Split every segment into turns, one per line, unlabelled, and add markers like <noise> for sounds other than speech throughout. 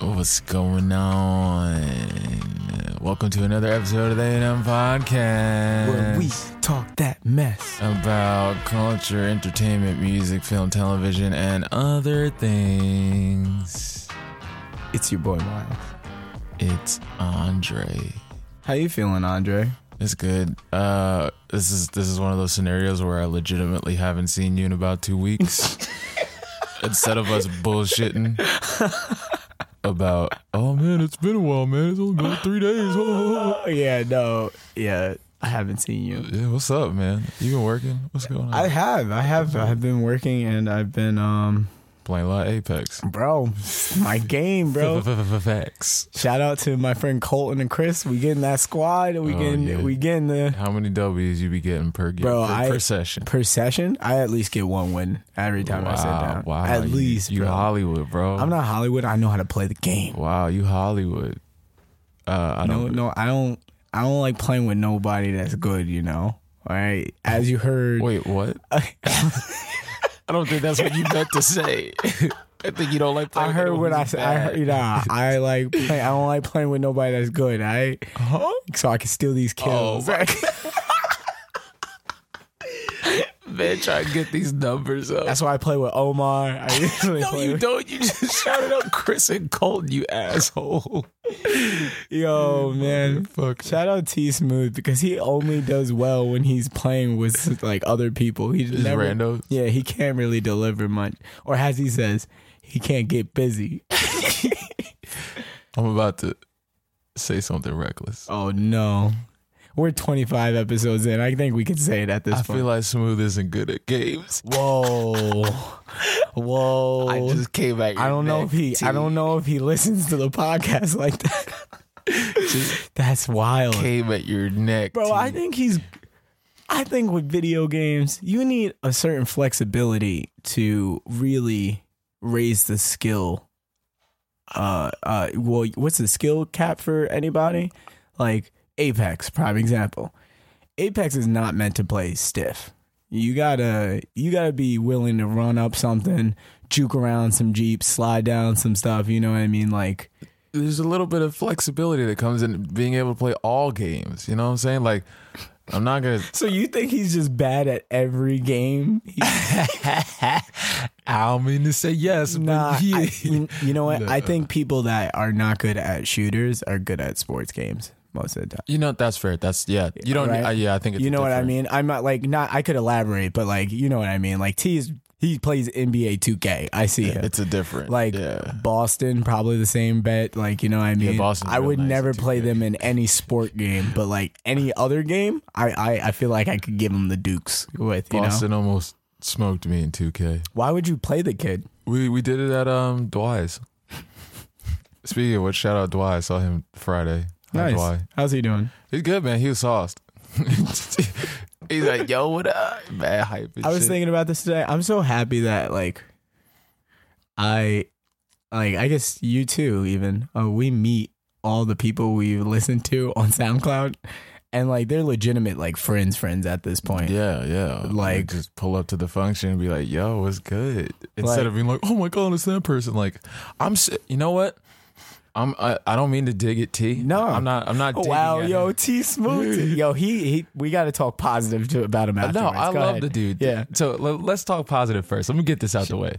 What's going on? Welcome to another episode of the AM Podcast.
Where we talk that mess.
About culture, entertainment, music, film, television, and other things.
It's your boy Miles.
It's Andre.
How you feeling, Andre?
It's good. Uh, this is this is one of those scenarios where I legitimately haven't seen you in about two weeks.
<laughs>
Instead of us bullshitting about, oh man, it's been a while, man. It's only been three days. Oh,
Oh yeah, no, yeah. I haven't seen you.
Yeah, what's up, man? You been working? What's going on?
I have, I have, I've been working and I've been, um,
Playing a lot of Apex.
bro, my game, bro.
Facts.
Shout out to my friend Colton and Chris. We getting that squad. We
Oh,
getting,
yeah.
we getting the
How many W's you be getting per game
Bro,
per,
I-
per session?
per session. I at least get one win every time I sit down.
wow.
At
you-
least,
you
bro.
Hollywood, bro.
I'm not Hollywood. I know how to play the game.
Wow, you Hollywood. Uh, I
No,
don't.
no, I don't. I don't like playing with nobody that's good. You know. All right. As you heard, <laughs>
Wait, what? I don't think that's what you meant to say. <laughs> I think you don't like.
I heard what I said. I heard, nah, I like. Play, I don't like playing with nobody that's good. I
Huh?
so I can steal these
Oh,
kills.
my <laughs> Man, try to get these numbers up.
that's why I play with Omar.
<laughs>
I usually
no,
play
you
with,
don't. You just shouted out Chris and Colton, you asshole.
yo man.
Fuck.
Shout out T Smooth because he only does well when he's playing with like other people. He
Just
never,
rando.
yeah, he can't really deliver much, or as he says, he can't get busy.
I'm about to say something reckless.
oh no, we're 25 episodes in. I think we could say it at this
I
point.
feel like Smooth isn't good at games.
whoa, whoa.
I just came back.
I don't know if he. I don't know if he listens to the podcast like that. That's wild,
came at your neck,
bro. I think he's. I think with video games, you need a certain flexibility to really raise the skill. Uh, uh. Well, what's the skill cap for anybody? Like Apex, prime example. Apex is not meant to play stiff. You gotta you gotta be willing to run up something, juke around some jeeps, slide down some stuff. You know what I mean? Like
there's a little bit of flexibility that comes in being able to play all games. You know what I'm saying? Like, I'm not
<laughs>
gonna.
So you think he's just bad at every game? He-
I don't mean to say yes,
nah, <laughs>
but yeah.
I- you, you know what? I think people that are not good at shooters are good at sports games most of the time.
you know that's fair. That's yeah. You don't.
Right?
uh, yeah, I think it's
You know what I
different.
mean? I'm not like not. I could elaborate, but like you know what I mean. Like T is he plays NBA 2K. I see him.
It's a different
like
yeah.
Boston, probably the same bet. Like you know what I mean?
Boston's
I
real
would
nice
never
at 2K.
play them in any sport game, but like any other game, I I, I feel like I could give him the Dukes with. You know?
Boston almost smoked me in 2K.
Why would you play the kid?
We we did it at um
<laughs>
Dwight's. Speaking of which, shout out Dwight. I saw him Friday. Hi, Dwight.
How's he doing?
He's good, man. He was sauced. <laughs> He's like, yo, what up? Bad hype. and
I was
shit.
thinking about this today. I'm so happy that like I like I guess you too even uh, we meet all the people we listen to on <laughs> SoundCloud and like they're legitimate like friends friends at this point.
Yeah, yeah.
Like-
just pull up to the function and be like, "Yo, what's good?" Instead of being like, "Oh my god, it's that person." Like, I'm, s- you know what? I'm. I, I don't mean to dig at T.
No.
I'm not. I'm not.
Oh,
Digging
wow,
at
yo,
him.
T Smooth. <laughs> yo, he, he we got to talk positive to, about him afterwards.
No, I
Go
love
ahead.
the dude.
Yeah.
So let, let's talk positive first. Let me get this out the way.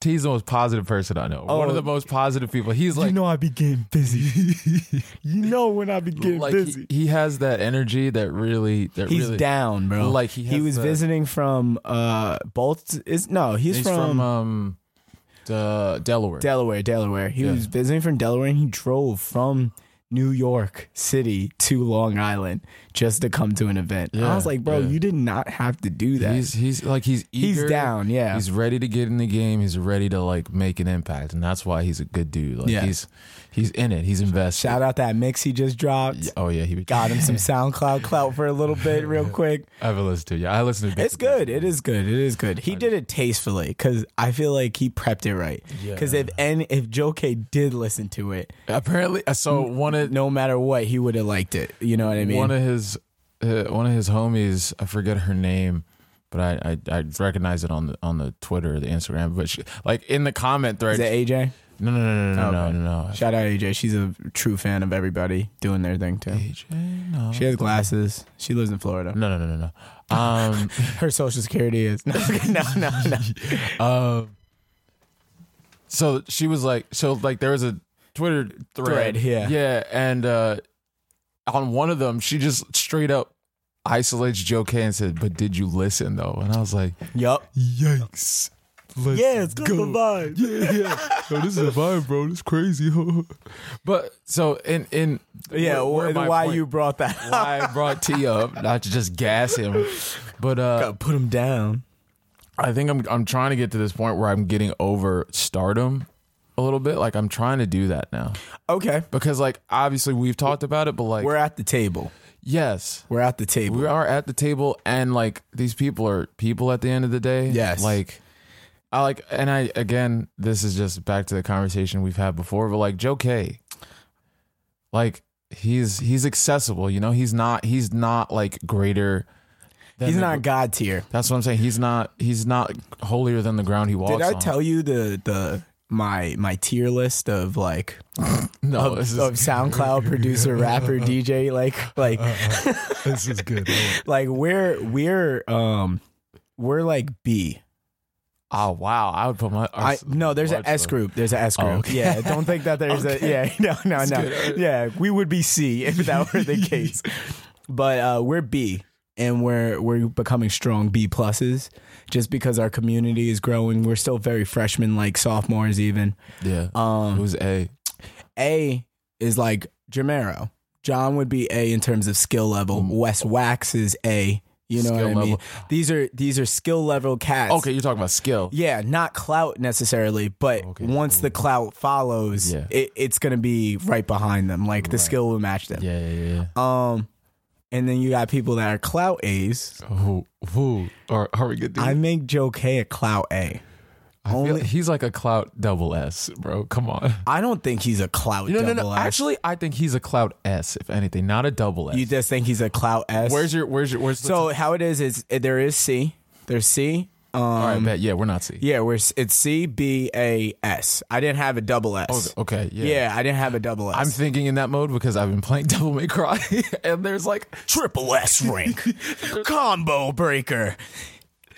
T's the most positive person I know. One
Oh.
of the most positive people. He's like,
you know I be getting busy. <laughs> you know when I be getting
like
busy.
he, he has that energy that really, that
He's
really.
down, bro.
Like, he has
was
the-
visiting from uh both is no, he's,
He's
from,
from um, the Delaware.
Delaware, Delaware. He was visiting from Delaware and he drove from New York City to Long Island just to come to an event. I
Yeah,
was like, bro,
yeah.
you did not have to do that.
He's he's like he's
He's
eager.
down, yeah.
He's ready to get in the game. He's ready to like make an impact, and that's why he's a good dude. Like
Yeah.
he's he's in it. He's invested.
Shout out that mix he just dropped.
oh yeah, he be-
Got
<laughs>
him some SoundCloud clout for a little bit, real quick.
I haven't listened to. it. Yeah, I listened to. bits
It's
and pieces.
good. It is good. It is good. He did it tastefully because I feel like he prepped it right. Because if and if Joe K did listen to it,
Apparently, uh, so one of
no matter what, he would have liked it. You know what I mean?
one of his uh, one of his homies. I forget her name. But I, I I recognize it on the on the Twitter, the Instagram, but she, like in the comment
is
thread,
it AJ?
No, no, no, no, no,
Okay.
no, no, no.
Shout out AJ. She's a true fan of everybody doing their thing too.
AJ, no.
She has glasses. She lives in Florida.
No, no, no, no, no.
<laughs>
Um, <laughs>
Her social security is <laughs> no, no, no, no.
um, so she was like, so like there was a Twitter thread,
Thread, yeah.
yeah, and uh, on one of them, she just straight up isolates Joe K and said, "But did you listen though?" And I was like,
<laughs> Yup.
"Yikes." Let's
Yeah, it's good vibe.
yeah, yeah. Yo, this is a vibe, bro. This is crazy. <laughs> but so in in
Yeah,
where- where
wh-
my
why
point-
you brought <laughs> that up?
<laughs> why I brought T up, not to just gas him. But uh
Put him down.
I think I'm I'm trying to get to this point where I'm getting over stardom a little bit. Like I'm trying to do that now.
Okay,
Because like obviously we've talked about it, but like
we're at the table.
yes.
We're at the table.
We are at the table and like these people are people at the end of the day.
Yes.
Like I like and I again, this is just back to the conversation we've had before, but like Joe K. Like he's he's accessible, you know, he's not he's not like greater than
He's
the-
not God tier.
That's what I'm saying. He's not. He's not holier than the ground he walks
Did I
on.
tell you the the my my tier list of like
<laughs> No,
of,
this is,
of SoundCloud <laughs> producer, rapper, DJ? Like like
this is good.
<laughs> like we're we're um we're like B.
Oh wow, I would put my. oh,
I no, there's an S group. There's an S group. <laughs>
okay.
Yeah, don't think that there's
<laughs> Okay.
a yeah. <laughs> No, no, no.
good.
Yeah, we would be C if that were
<laughs>
the case. But uh, we're B, and we're we're becoming strong B pluses, just because our community is growing. We're still very freshmen, like sophomores even.
Yeah,
Um,
who's A?
A is like Jamero. John would be A in terms of skill level. Wes Wax is A. You know
Skill
what I mean?
level.
These are these are skill level cats.
Okay, you're talking about skill.
Yeah, not clout necessarily, but
Okay.
once the clout follows,
Yeah.
it, it's gonna be right behind them. Like the skill will match them.
Yeah, yeah, yeah.
Um, and then you got people that are clout A's.
who? Who? Are, are we good?
I make Joe K a clout A. only-
he's like a clout double S, bro. Come on.
I don't think he's a clout.
No, no,
double
no.
S.
Actually, I think he's a clout S, if anything, not a double S.
you just think he's a clout S.
where's your? Where's your? Where's the?
so how it is is uh, there is C. There's C. Um,
all right, bet. Yeah, we're not C.
yeah, we're s- it's C B A S. I didn't have a double S.
Okay. Oh, Yeah.
yeah. I didn't have a double S.
I'm thinking in that mode because I've been playing <laughs> Devil May Cry, and there's like
triple S rank, combo breaker,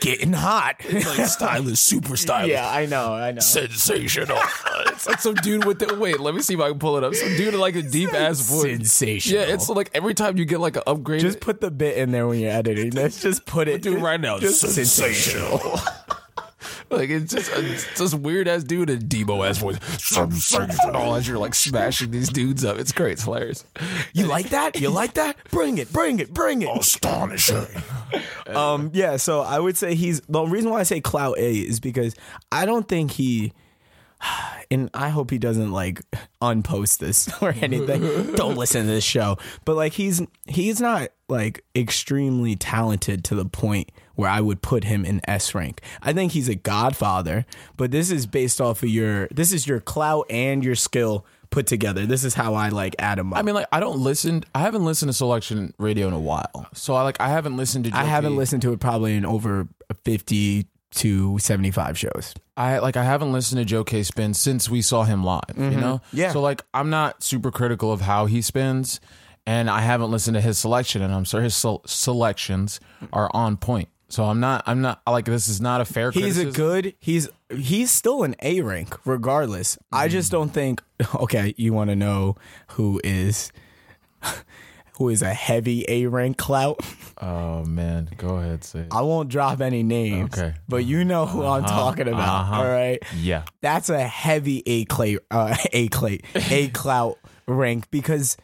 getting hot.
like stylish, <laughs>
<laughs>
super stylish,
I know, I know. <laughs>
sensational. it's like some dude with the wait. Let me see if I can pull it up. Some dude in like a deep ass voice.
Sensational.
Yeah, it's like every time you get like an upgrade,
just put the bit in there when you're editing. Let's just put it.
do it right
<laughs>
now.
Just
like it's just uh, it's this weird ass dude in a Debo ass voice, sensational. As you're like smashing these dudes up, it's great. It's hilarious.
You like that? You like that? Bring it, bring it, bring it.
Astonishing.
Um, yeah. So I would say he's the reason why I say Clout A is because I don't think he. <sighs> And I hope he doesn't like <laughs> unpost this <laughs> or anything. don't listen to this show. But like he's he's not like extremely talented to the point where I would put him in S rank. I think he's a godfather, but this is based off of your this is your clout and your skill put together. This is how I like add him up.
I mean, like I don't listen. I haven't listened to selection radio in a while, so I like I haven't listened to.
I haven't
JP.
listened to it probably in over 50 to 75 shows.
I like I haven't listened to Joe K spin since we saw him live, you know?
Mm-hmm. Yeah.
So like I'm not super critical of how he spins and I haven't listened to his selection and I'm sure his sel- selections are on point. So I'm not I'm not like this is not a fair
He's a
criticism.
good. He's he's still an A rank regardless. I
Mm.
just don't think. <laughs> Okay, you want to know who is <laughs> who is a heavy A rank clout?
Oh man, go ahead say. it.
I won't drop any names.
Okay.
but you know who I'm talking about.
uh-huh.
all right,
yeah.
that's a heavy A clay uh, <laughs> A clay A
<laughs>
clout rank because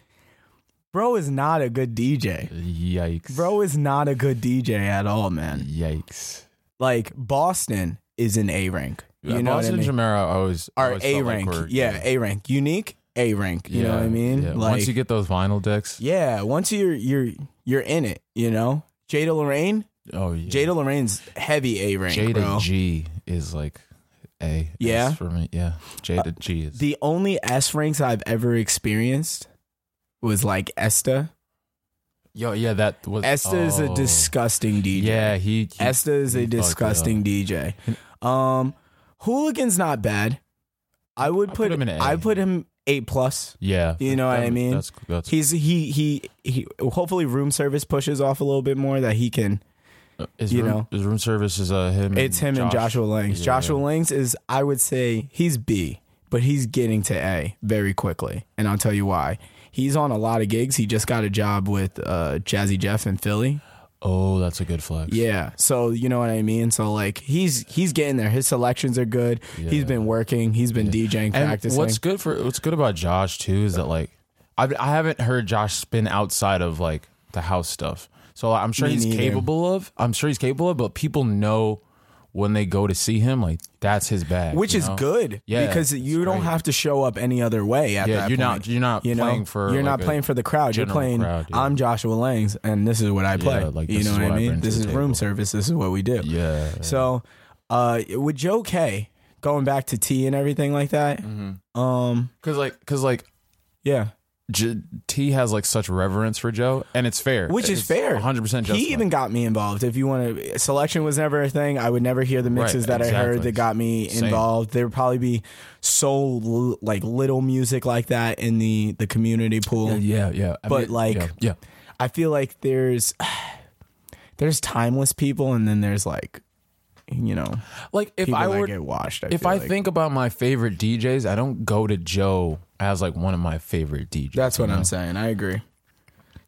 bro is not a good DJ.
Yikes.
Bro is not a good DJ at all, man.
Yikes.
Like Boston is an A rank. You
Yeah,
know what I
Boston
mean?
and Jamera always
are
always
A
felt like
rank.
were-
yeah, A rank. Unique A rank. You know what I mean?
yeah.
Like,
Once you get those vinyl decks.
yeah, once you're you're you're in it. You know, Jada Lorraine.
Oh yeah.
Jada Lorraine's heavy A rank,
Jada
bro.
G is like A.
Yeah? Uh,
S For me, yeah. Jada G is.
the only S ranks I've ever experienced was like Esta.
Yo, yeah, that was.
Esta is a
oh.
disgusting DJ.
Yeah, he. he
Esta is
he
a
fucked it up.
disgusting DJ. Um, Hooligan's not bad. I would
I
put,
put him in an A.
I put him A plus.
Yeah.
You know what I
That-
mean?
That's that's
He's he he he. Hopefully, room service pushes off a little bit more that he can.
his
you
room,
know.
his room service is uh him.
It's him and Joshua Langs.
Yeah.
Joshua Langs is, I would say, he's B, but he's getting to A very quickly, and I'll tell you why. He's on a lot of gigs. He just got a job with uh, Jazzy Jeff in Philly.
Oh, that's a good flex.
Yeah, so you know what I mean. So like, he's he's getting there. His selections are good. He's
Yeah.
been working. He's been DJing,
And
practicing.
what's good for what's good about Josh too is that like I I haven't heard Josh spin outside of like the house stuff. So I'm sure
Me
he's
neither.
capable of. I'm sure he's capable of, but people know when they go to see him like that's his bag.
which
you
is
know?
good
Yeah,
because
it's
you don't
great.
have to show up any other way at
Yeah,
that
you're
point.
not you're not
you know?
playing for
you're
like,
not
a- playing
playing for the crowd. You're
general
playing.
crowd, yeah.
I'm Joshua Langs, and this is what I play.
like,
you
this
know
is
what
what
I
I
mean.
bring to
This
the
is room
table.
service. This is what we do.
yeah.
So, uh, with Joe K going back to T and everything like that.
Mm-hmm.
Um,
Cuz like cuz like
yeah,
J- T has like such reverence for Joe and it's fair.
which is
It's
fair.
100% justified.
He even got me involved. If you want to, selection was never a thing. I would never hear the mixes
Right,
that I heard
exactly.
that got me
Same.
involved. There would probably be so like little music like that in the the community pool.
yeah, yeah. I
But,
mean,
like-
yeah, yeah.
I feel like there's <sighs> there's timeless people, and then there's like you know
Like if
people
I
that
were
get washed. I
if
feel
I
like.
think about my favorite DJs, I don't go to Joe as like one of my favorite DJs.
that's what
you know?
I'm saying. I agree.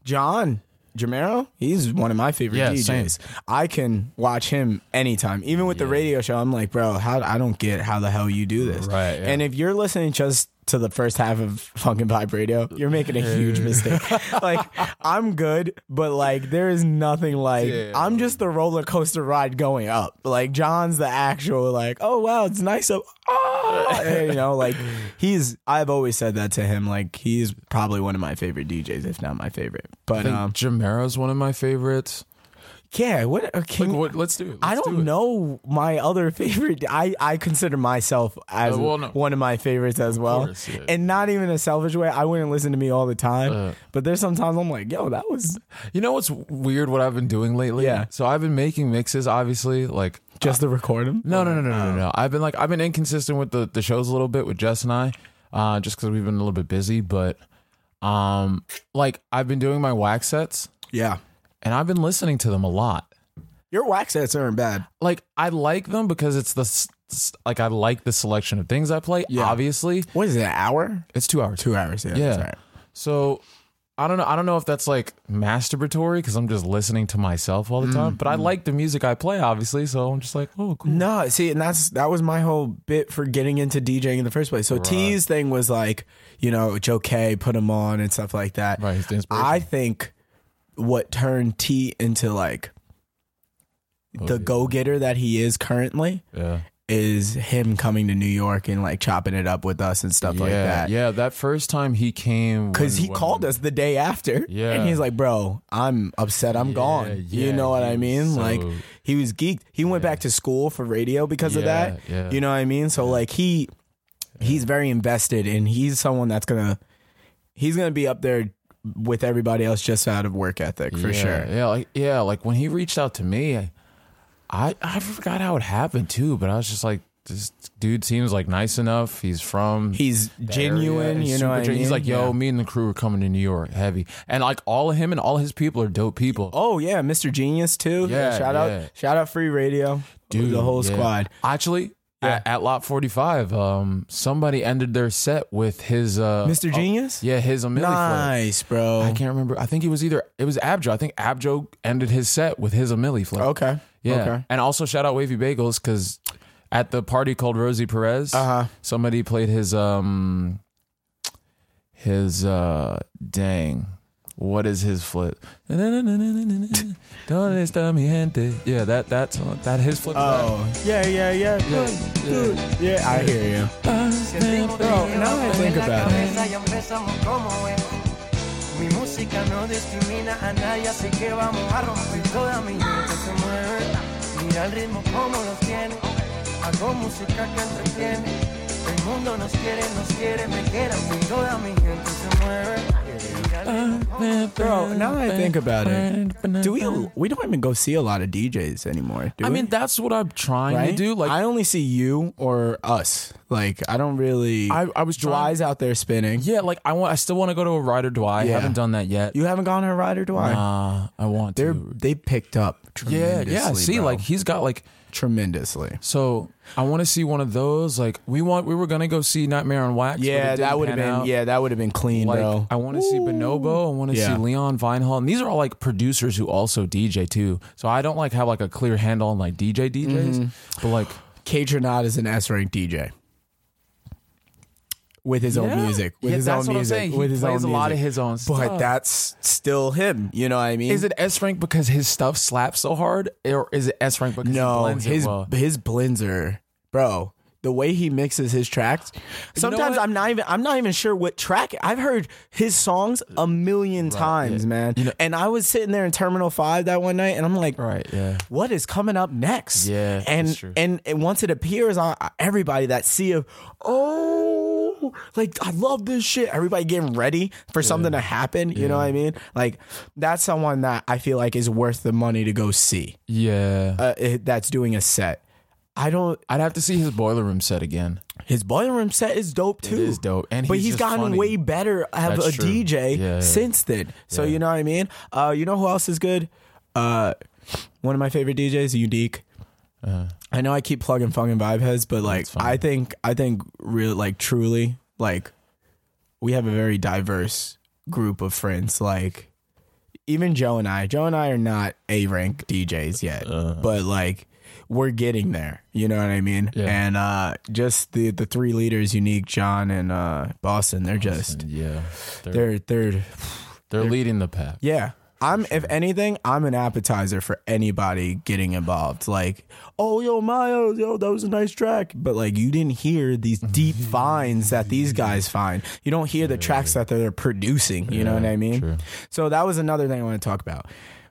John Jamero, he's one of my favorite
Yeah,
DJs. I can watch him anytime, even with the radio show. I'm like, bro, how I don't get how the hell you do this.
Right, yeah.
And if you're listening just to the first half of <laughs> fucking Vibe Radio, you're making a
<laughs>
huge mistake. <laughs> like I'm good, but like there is nothing like
Yeah.
I'm just the roller coaster ride going up. Like John's the actual like, oh wow, it's nice up. Oh, you know, like he's. I've always said that to him. Like he's probably one of my favorite DJs, if not my favorite. But
I think
um,
Jamero's one of my favorites.
yeah, what? Okay,
Like, what, let's do it.
I
Let's
don't
do it.
know my other <laughs> favorite. I, I consider myself as
Uh, well, no.
one of my favorites as well,
course, yeah. Uh.
and not even a selfish way. I wouldn't listen to me all the time, but there's sometimes I'm like, yo, that was
You know what's weird? What I've been doing lately?
Yeah.
So I've been making mixes. Obviously, like
just the recording.
no, no, no, no, no, no. I've been like I've been inconsistent with the the shows a little bit with Jess and I, uh, just because we've been a little bit busy. But um, like I've been doing my wax sets,
Yeah,
and I've been listening to them a lot.
your wax sets aren't bad.
Like I like them because it's the s- s- like I like the selection of things I play. Obviously,
What is it? An hour?
It's two hours.
Two hours? Yeah.
Yeah.
that's right.
So I don't know. I don't know if that's like masturbatory because I'm just listening to myself all the time.
Mm,
But I like the music I play, obviously. So I'm just like, oh, cool.
No, see, and that's that was my whole bit for getting into DJing in the first place. So T's thing was like, you know, it's okay, put him on and stuff like that.
Right, he's the inspiration.
I think what turned T into like
Oh,
the go getter that he is currently
Yeah.
is him coming to New York and like chopping it up with us and stuff
Yeah.
like that.
yeah. That first time he came,
Cause
when-
he
when-
called us the day after,
Yeah.
and he's like, "Bro, I'm upset. I'm gone." you
yeah,
know what
he
I
was
mean?
so-
like, he was geeked. He went back to school for radio because of
Yeah,
that.
yeah.
You know what I mean? So like he, he's very invested, and he's someone that's gonna, he's gonna be up there with everybody else just out of work ethic for
yeah,
sure.
Yeah. Like, yeah. Like when he reached out to me, I I forgot how it happened too, but I was just like, this dude seems like nice enough. He's from
He's genuine.
area. He's
You know
super
what I
gen-
mean?
He's like, yo,
Yeah.
me and the crew are coming to New York heavy. And like all of him and all his people are dope people.
Oh yeah, Mr. Genius too.
Yeah,
shout
yeah.
out, shout out, Free Radio,
Dude,
the whole
yeah.
squad.
Actually, at, at lot 45, um, somebody ended their set with his. Uh,
Mr. Genius,
yeah, his Amelie flick.
nice, bro.
I can't remember. I think it was either. It was Abjo. I think Abjo ended his set with his Amelie flick.
Okay.
Yeah.
Okay.
And also shout out Wavy Bagels because at the party called Rosie Perez,
Uh-huh.
somebody played his um his uh dang. What is his flip? <laughs> Don't esta mi gente. Yeah, that that's that his flip.
Oh, yeah, yeah, yeah. Good, good. Yeah, I hear you.
Bro, now I think about it. Mi música no discrimina a nadie, así que vamos a romper toda mi gente se mueve. Mira el ritmo como los tiene. Hago música que entretiene. El mundo nos quiere, nos quiere, me quiere, así toda mi gente se mueve.
Bro, now that I think about it, do we we don't even go see a lot of DJs anymore? Do
I
we?
mean, that's what I'm trying
right?
to do. Like,
I only see you or us. Like I don't really.
I- I was trying-
Dwight's out there spinning.
yeah, like I want. I still want to go to a Rider Dwight. I
Yeah.
haven't done that yet.
You haven't gone to a Rider Dwight.
Uh, I want
They're
to.
they picked up
Yeah,
tremendously.
yeah. See,
bro.
like he's got like.
tremendously.
So I want to see one of those. Like we want. We were gonna go see Nightmare on Wax. but it
Yeah,
didn't
that would have
pan
been
out.
yeah, that would have been clean,
Like
bro.
I want to see Bonobo. I want to
Yeah.
see Leon Vinehall, and these are all like producers who also DJ too. So I don't like have like a clear handle on like DJ DJs,
Mm-hmm.
but like
Cage or not is an S ranked DJ. With his
Yeah.
own music. With
Yeah,
his
that's
own
what I'm
music.
saying. He
With his
plays
own
a lot of
music.
his own
But
stuff.
that's still him. You know what I mean?
Is it S rank because his stuff slaps so hard, or is it S rank because he
no,
blends
his
it well?
his blends are bro. The way he mixes his tracks,
know
sometimes
what?
I'm not even I'm not even sure what track. I've heard his songs a million times, man. and I was sitting there in Terminal Five that one night, and I'm like,
Right, yeah.
what is coming up next?
Yeah,
and
that's true.
and and once it appears on uh, everybody, that sea of oh, like I love this shit. Everybody getting ready for something to happen. You know what I mean? Like that's someone that I feel like is worth the money to go see
Yeah,
uh, it, that's doing a set. I don't.
I'd have to see his boiler room set again.
His boiler room set is dope too.
is dope, and
but
he's
he's
just
gotten
funny.
way better as
That's
a
true.
DJ
Yeah, yeah.
since then. So you know what I mean. Uh, you know who else is good? Uh, one of my favorite DJs, Unique.
Uh-huh.
I know I keep plugging Fung and Vibe heads, but like I think I think really like truly like we have a very diverse group of friends. Like even Joe and I, Joe and I are not A rank DJs yet,
Uh-huh.
but like we're getting there. You know what I mean?
Yeah.
And uh, just the the three leaders, Unique, John, and uh, Boston, they're just
Yeah, they're they're,
they're they're
leading the pack.
yeah. I'm if anything, I'm an appetizer for anybody getting involved. Like, oh yo, Miles, yo, that was a nice track. But like you didn't hear these
<laughs>
deep finds that these guys find. You don't hear the tracks that they're producing. You know what I mean?
true.
So that was another thing I want to talk about.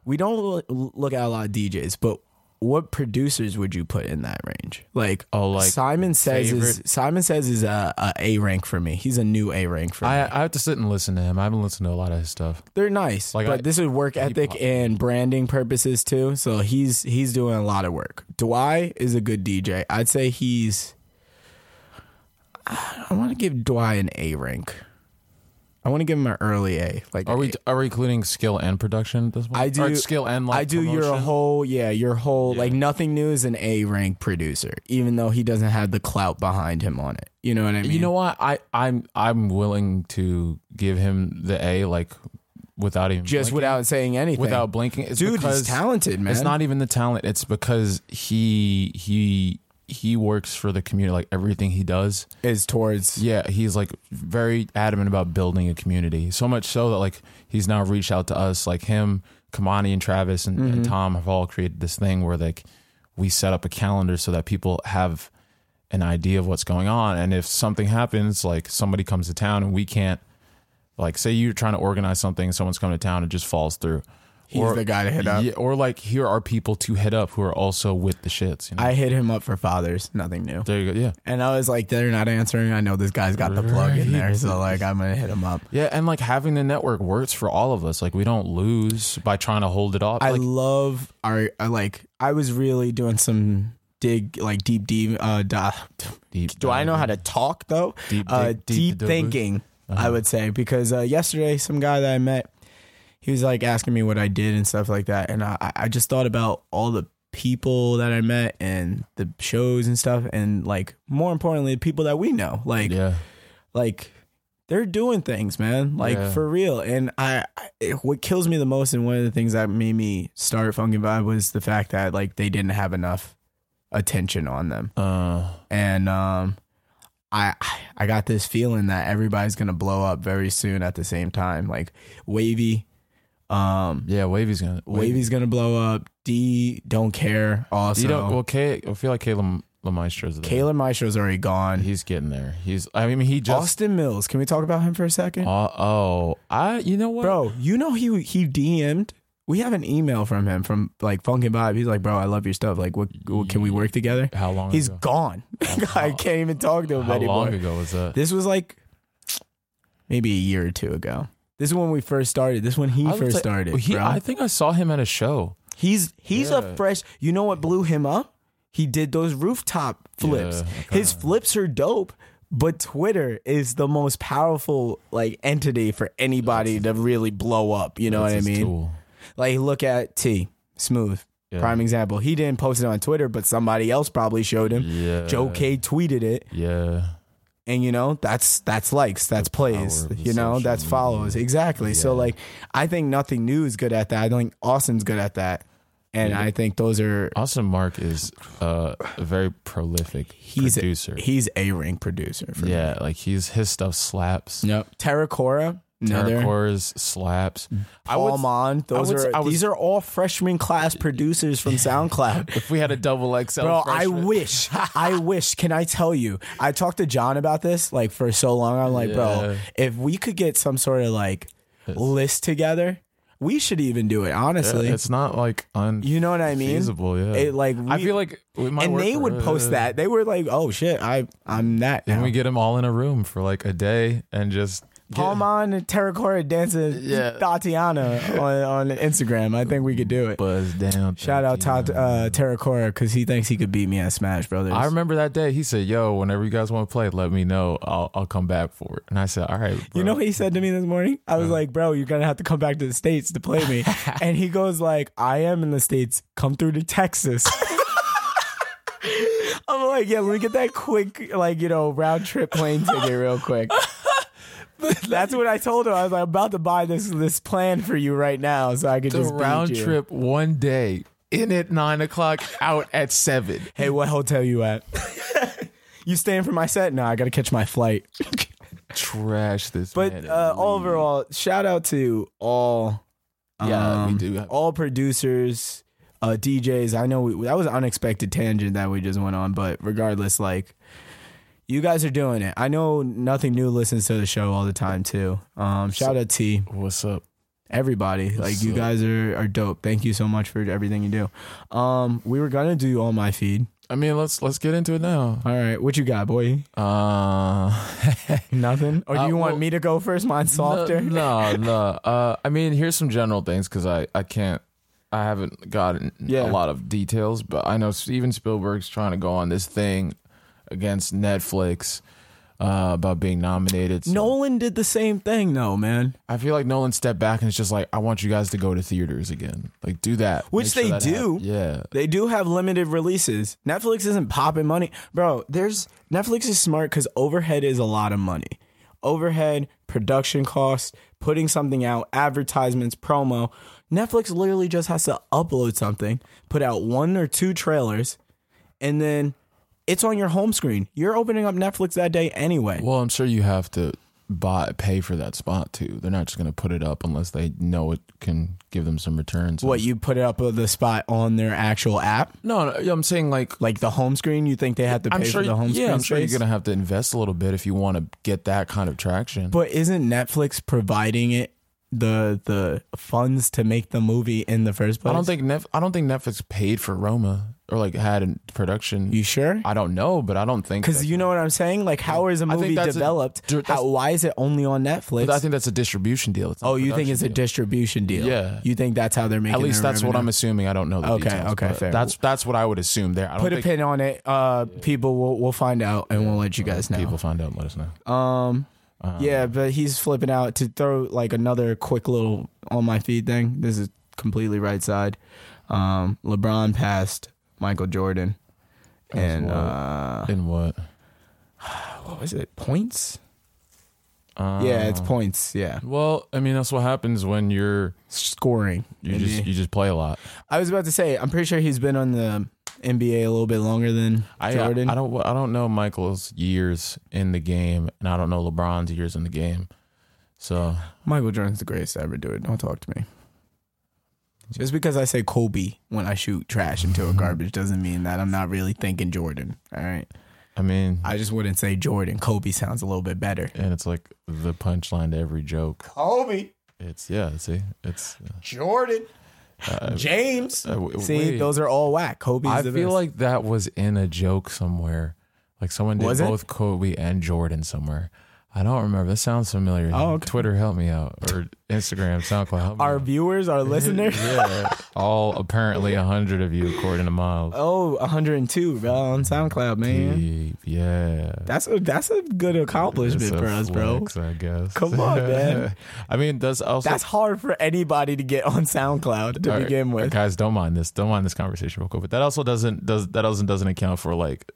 We don't lo- look at a lot of DJs, but what producers would you put in that range? Like,
Oh, like
Simon says is
favorite-
Simon says is a, a A rank for me. He's a new A rank for me.
I I have to sit and listen to him. I haven't listened to a lot of his stuff.
They're nice,
Like,
but
I-
this is work ethic and branding purposes too. So he's he's doing a lot of work. Dwight is a good DJ. I'd say he's. I want to give Dwight an A rank. I want to give him an early A. Like
Are we are we including skill and production at this point?
I do
Or skill and like
I do your
promotion?
whole yeah your whole like nothing new is an A rank producer, even though he doesn't have the clout behind him on it. You know what I mean?
You know what? I I'm I'm willing to give him the A like without even
just
blinking.
without saying anything,
without blinking. It's
dude,
because
he's talented, man.
It's not even the talent. It's because he he he works for the community. Like everything he does,
is towards
yeah, he's like very adamant about building a community. So much so that like he's now reached out to us. Like him, Kamani, and Travis and,
Mm-hmm.
and Tom have all created this thing where like we set up a calendar so that people have an idea of what's going on. And if something happens, like somebody comes to town and we can't, like say you're trying to organize something, and someone's coming to town, it just falls through.
He's the guy to hit up.
Yeah, or like here are people to hit up who are also with the shits. You know?
I hit him up for fathers. Nothing new.
there you go. Yeah.
And I was like, they're not answering. I know this guy's got the plug in there, so like, I'm gonna hit him up.
Yeah, and like having the network works for all of us. Like we don't lose by trying to hold it off.
I
like,
love our I like. I was really doing some dig, like deep, deep. Uh, di-
Deep
do I know how to talk though?
Deep
uh,
dig- deep
deep,
dive. Uh-huh.
thinking. I would say because uh, yesterday, some guy that I met, he was like asking me what I did and stuff like that, and I, I just thought about all the people that I met and the shows and stuff, and like more importantly, the people that we know. Like,
yeah,
like they're doing things man like
Yeah.
for real and I, I it- what kills me the most and one of the things that made me start funky vibe was the fact that like they didn't have enough attention on them
uh,
and um I I got this feeling that everybody's gonna blow up very soon at the same time. Like Wavy, um,
yeah. Wavy's gonna
Wavy's gonna blow up. D don't care. Also,
You don't. Well, Kay, I feel like Caleb Lemaestro's there.
Kalen Maestro's already gone.
he's getting there. He's. I mean, he just.
Austin Mills. Can we talk about him for a second?
Uh, oh, I. You know what,
bro. You know he he DM'd. We have an email from him from like Funkin' Vibe. He's like, bro, I love your stuff. Like, what, what can we work together?
How long
He's
ago?
gone. <laughs> I can't even talk to him
How
anymore.
long ago was that?
This was like maybe a year or two ago. This is when we first started. This is when he
I would
first
say-
started.
He,
bro.
I think I saw him at a show.
He's he's
Yeah.
a fresh. You know what blew him up? He did those rooftop flips.
Yeah,
His flips are dope, but Twitter is the most powerful like entity for anybody to really blow up. You know what I
His
mean?
tool.
Like look at T Smooth.
Yeah.
Prime example. He didn't post it on Twitter, but somebody else probably showed him.
Yeah.
Joe K tweeted it,
Yeah.
and you know that's that's likes, that's plays,
power of the
you know
social
that's
media.
follows. Exactly. So
Yeah.
like, I think nothing new is good at that. I think Austin's good at that, and I think those are
Austin Mark is uh, a very prolific
he's
producer.
A, he's a ring producer. For
yeah, like he's his stuff slaps.
Me. Yep. Terracora. Another.
Terracore's slaps. I
Paul
would,
Mon, Those
I would-
are
I would-
these are all freshman class producers
<laughs>
from SoundCloud.
if we had a double XL,
Bro, I
freshman-
wish.
<laughs>
I wish. Can I tell you? I talked to John about this like for so long. I'm like, bro, if we could get some sort of like list together, we should even do it. Honestly,
It's not like un.
you know what I mean?
feasible, yeah.
It, like
I
we-
feel like we might
and
work
they
for-
would post that. They were like, "Oh shit, I I'm that."
And
Now.
we get them all in a room for like a day and just
Paul Mon and Terracora dancing
Yeah.
Tatiana on, on Instagram. I think we could do it.
buzz down.
Shout out Tat uh,
Tatiana.
Terracora because he thinks he could beat me at Smash Brothers.
I remember that day. He said, "Yo, whenever you guys want to play, let me know. I'll I'll come back for it." And I said, "All right." Bro.
you know what he said to me this morning? I was like, "Bro, you're gonna have to come back to the states to play
<laughs>
me." and he goes like, "I am in the states. Come through to Texas."
<laughs>
I'm like, "Yeah, let me get that quick, like you know, round trip plane ticket real
<laughs>
quick." <laughs> That's what I told him. I was like, "I'm about to buy this this plan for you right now, so I could
the
just beat
round
you."
trip one day in at nine o'clock, out at seven.
Hey, what hotel you
<laughs>
at? <laughs> you staying for my set? No, I gotta catch my flight.
Trash this.
But
man
uh,
and leave.
overall, shout out to all
Yeah, we
um,
do have-
all producers, uh, DJs. I know we, that was an unexpected tangent that we just went on, but regardless, like you guys are doing it. I know nothing new listens to the show all the time too. Um, shout out to
what's up?
everybody. Like you
up?
guys are are dope. Thank you so much for everything you do. Um, we were gonna do all my feed.
I mean, let's let's get into it now.
All right, what you got, boy?
Uh, <laughs>
Nothing? Or do
Uh,
you want
well-
me to go first? Mine's softer.
No, no. Uh, I mean, here's some general things because I, I can't, I haven't gotten
Yeah.
a lot of details, but I know Steven Spielberg's trying to go on this thing against Netflix uh, about being nominated. So
Nolan did the same thing though, man.
I feel like Nolan stepped back and it's just like, I want you guys to go to theaters again. Like, do that.
Which
Make sure
they
that
do.
hap- Yeah.
They do have limited releases. Netflix isn't popping money. Bro, there's Netflix is smart cuz overhead is a lot of money. Overhead, production costs, putting something out, advertisements, promo. Netflix literally just has to upload something, put out one or two trailers, and then it's on your home screen. You're opening up Netflix that day anyway.
Well, I'm sure you have to buy pay for that spot too. They're not just going to put it up unless they know it can give them some returns.
What you put it up on the spot on their actual app?
No, no, I'm saying like
like the home screen. You think they have to pay for the home
yeah,
screen?
I'm sure
space?
you're gonna have to invest a little bit if you want to get that kind of traction.
But isn't Netflix providing it the the funds to make the movie in the first place?
I don't think Netf- I don't think Netflix paid for Roma or like had in production.
You sure?
I don't know, but I don't think
Because
that-
you know what I'm saying. Like, how is a
I think
movie
that's a-
developed?
dur- that's-
how, why is it only on Netflix?
I think that's a distribution deal. It's not
oh, you think it's a
production deal.
distribution deal?
Yeah.
You think that's how they're making?
At least
their
that's what I'm
revenue?
assuming. I don't know. The
Okay,
details,
okay,
but
fair.
That's that's what I would assume. There, I don't
Put a
think
pin on it. Uh, people will will find out, and we'll let you guys know.
people find out. Let us know.
Um,
Uh-huh.
yeah, but he's flipping out to throw like another quick little on my feed thing. This is completely right side. Um, LeBron passed Michael Jordan, and
wild.
uh,
In what?
what was it? Points?
Uh,
yeah, it's points. Yeah,
Well, I mean, that's what happens when you're
scoring.
you just you just play a lot.
I was about to say, I'm pretty sure he's been on the NBA a little bit longer than
I,
Jordan.
I don't I don't know Michael's years in the game, and I don't know LeBron's years in the game. So
Michael Jordan's the greatest to ever do it. Don't talk to me. Just because I say Kobe when I shoot trash into a
Mm-hmm.
garbage doesn't mean that I'm not really thinking Jordan. All right.
I mean,
I just wouldn't say Jordan. Kobe sounds a little bit better.
and it's like the punchline to every joke.
Kobe,
It's yeah. See, it's
Jordan, James.
uh, w-
See,
wait.
those are all whack. Kobe's
I
the
feel
best.
like that was in a joke somewhere. Like someone did
Was it?
both Kobe and Jordan somewhere. I don't remember. That sounds familiar.
Oh, okay.
Twitter, help me out, or Instagram, SoundCloud, help me.
Our
out.
viewers,
<laughs>
our listeners.
yeah, all apparently a hundred of you, according to Miles.
Oh, 102, bro, on SoundCloud, man.
Deep, yeah.
That's a that's a good accomplishment
It's a
for us, bro.
flex, I guess.
Come on, man.
<laughs> I mean, that's also
That's hard for anybody to get on SoundCloud to
All right,
begin with.
Guys, don't mind this. Don't mind this conversation real quick. But that also doesn't does that also doesn't account for like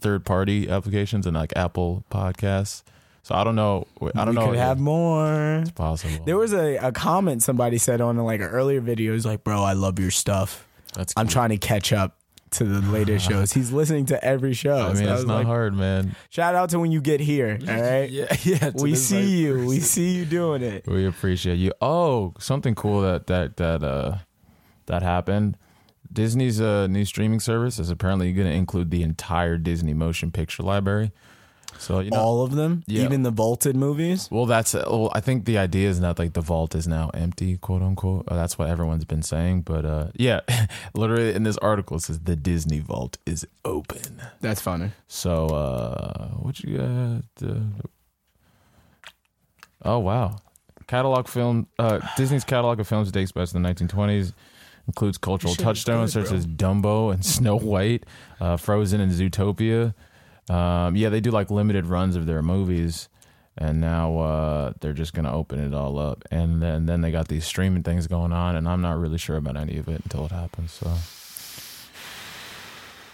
third party applications and like Apple podcasts. So I don't know. I
we
don't know.
Could
if
have more.
it's possible.
There was a, a comment somebody said on like an earlier video. He's like, "Bro, I love your stuff.
That's
I'm
cool.
trying to catch up to the
<laughs>
later shows." He's listening to every show.
I
So
mean,
I
it's
was
not
like,
hard, man.
Shout out to when you get here. All right.
<laughs> yeah.
we see you. We see you doing it.
We appreciate you. Oh, something cool that that that uh that happened. Disney's uh, new streaming service is apparently going to include the entire Disney motion picture library. So you know,
All of them,
Yeah.
even the vaulted movies.
Well, that's well, I think the idea is not like the vault is now empty, quote unquote. Uh, that's what everyone's been saying, but uh, yeah, <laughs> literally in this article it says the Disney vault is open.
That's funny.
So, uh, what you got? Uh, oh wow, catalog film. Uh, Disney's catalog of films dates back to the 1920s. Includes cultural
This shit is
touchstones
good,
such
bro.
as Dumbo and <laughs> Snow White, uh, Frozen and Zootopia. Um, yeah, they do like limited runs of their movies, and now uh, they're just gonna open it all up. And then then they got these streaming things going on, and I'm not really sure about any of it until it happens. So.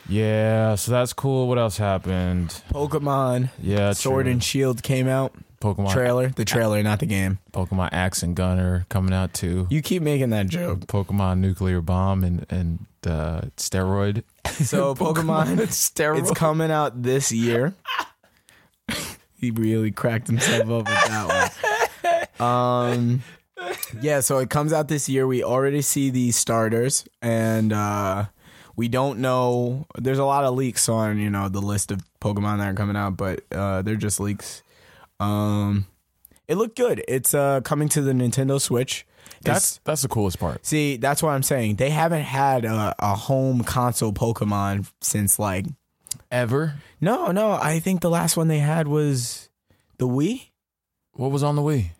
Yeah, so that's cool. What else happened?
Pokemon
Yeah,
Sword
true.
and Shield came out.
Pokemon
Trailer, the trailer, not the game.
Pokemon Axe and Gunner coming out too.
You keep making that joke.
Pokemon Nuclear Bomb and and uh, steroid.
<laughs> So Pokemon, it's coming out this year. <laughs> he really cracked himself up with that one. Um, yeah, so it comes out this year. We already see the starters, and uh, we don't know. There's a lot of leaks on you know the list of Pokemon that are coming out, but uh, they're just leaks. Um, it looked good. It's uh, coming to the Nintendo Switch. It's-
That's that's the coolest part.
See, that's what I'm saying. They haven't had a, a home console Pokemon since like
Ever?
no, no. I think the last one they had was the Wii
What was on the Wii?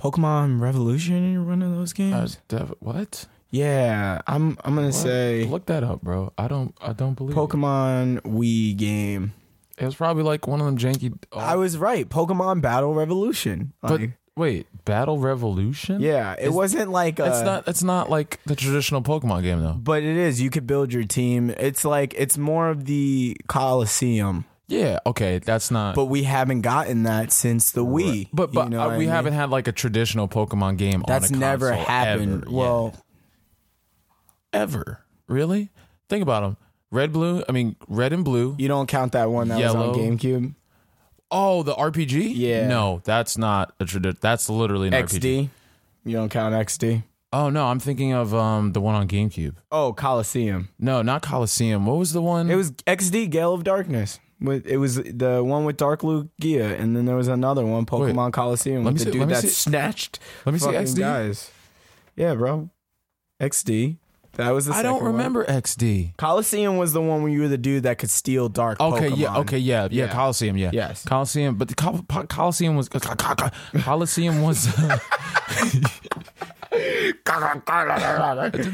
Pokemon Revolution. or One of those
Uh,
games.
dev- what?
yeah, I'm I'm gonna
What?
say
Look that up, bro. I don't I don't believe Pokemon.
Pokemon Wii game.
It. It was probably like one of them janky. oh,
I was right. Pokemon Battle Revolution.
but
Like,
wait, Battle Revolution?
yeah, uh, it
Is-
wasn't like a,
That's not that's not like the traditional Pokemon game though.
But it is. You could build your team. It's like it's more of the Coliseum.
Yeah, okay, that's not.
But we haven't gotten that since the Wii.
but,
you
but
know
uh,
what I
we
mean?
haven't had like a traditional Pokemon game.
That's
on a
never
console
happened.
ever. Yeah.
Well,
ever. Really? Think about them. Red, blue. I mean, red and blue.
you don't count that one that
Yellow.
was on GameCube.
Oh, the RPG.
Yeah.
No, that's not a tradi- That's literally an RPG.
XD. You don't count XD.
Oh no, I'm thinking of um the one on GameCube.
Oh, Coliseum.
No, not Coliseum. What was the one?
It was XD Gale of Darkness. With it was the one with Dark Lugia, and then there was another one, Pokemon Coliseum, with
Let
the
me see-
dude
let me
that
see-
snatched.
Let me see
fucking
XD.
guys. Yeah, bro. XD. That was the.
I don't
second one.
remember XD.
Coliseum was the one where you were the dude that could steal dark.
Okay, yeah,
Pokemon.
okay, yeah, yeah,
Yeah.
Coliseum, yeah,
Yes.
Coliseum. But the Col- Po- Coliseum was Coliseum was. <laughs> I did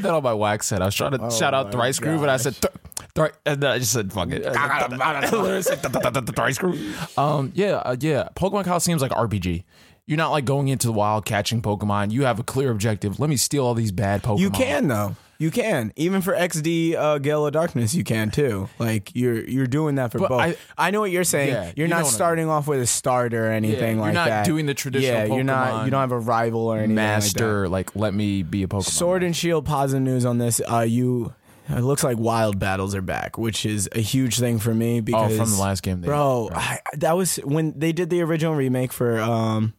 that on my wax set. I was trying to shout out
Oh my
thrice groove, and I said. Th- Thrice, and then I just said, "Fuck it." Literally said, "Th- th- th- th- Thrice groove. Um, yeah, uh, yeah. Pokemon Coliseum's like RPG. You're not like going into the wild catching Pokemon. You have a clear objective. Let me steal all these bad Pokemon.
You can though. You can even for XD uh, Gale of Darkness. You can too. Like you're you're doing that for
But
both. I,
I-
know what you're saying.
Yeah,
you're
you know
not
what I
starting off with a starter or anything
you're
like
not
that.
doing the traditional
Yeah, you're not.
Pokemon
You don't have a rival or anything. like that.
master. Like, let me be a Pokemon.
Sword and Shield. Positive news on this. Uh, you. It looks like wild battles are back, which is a huge thing for me
oh,
because
from the last game, they
bro, I, that was when they did the original remake for um,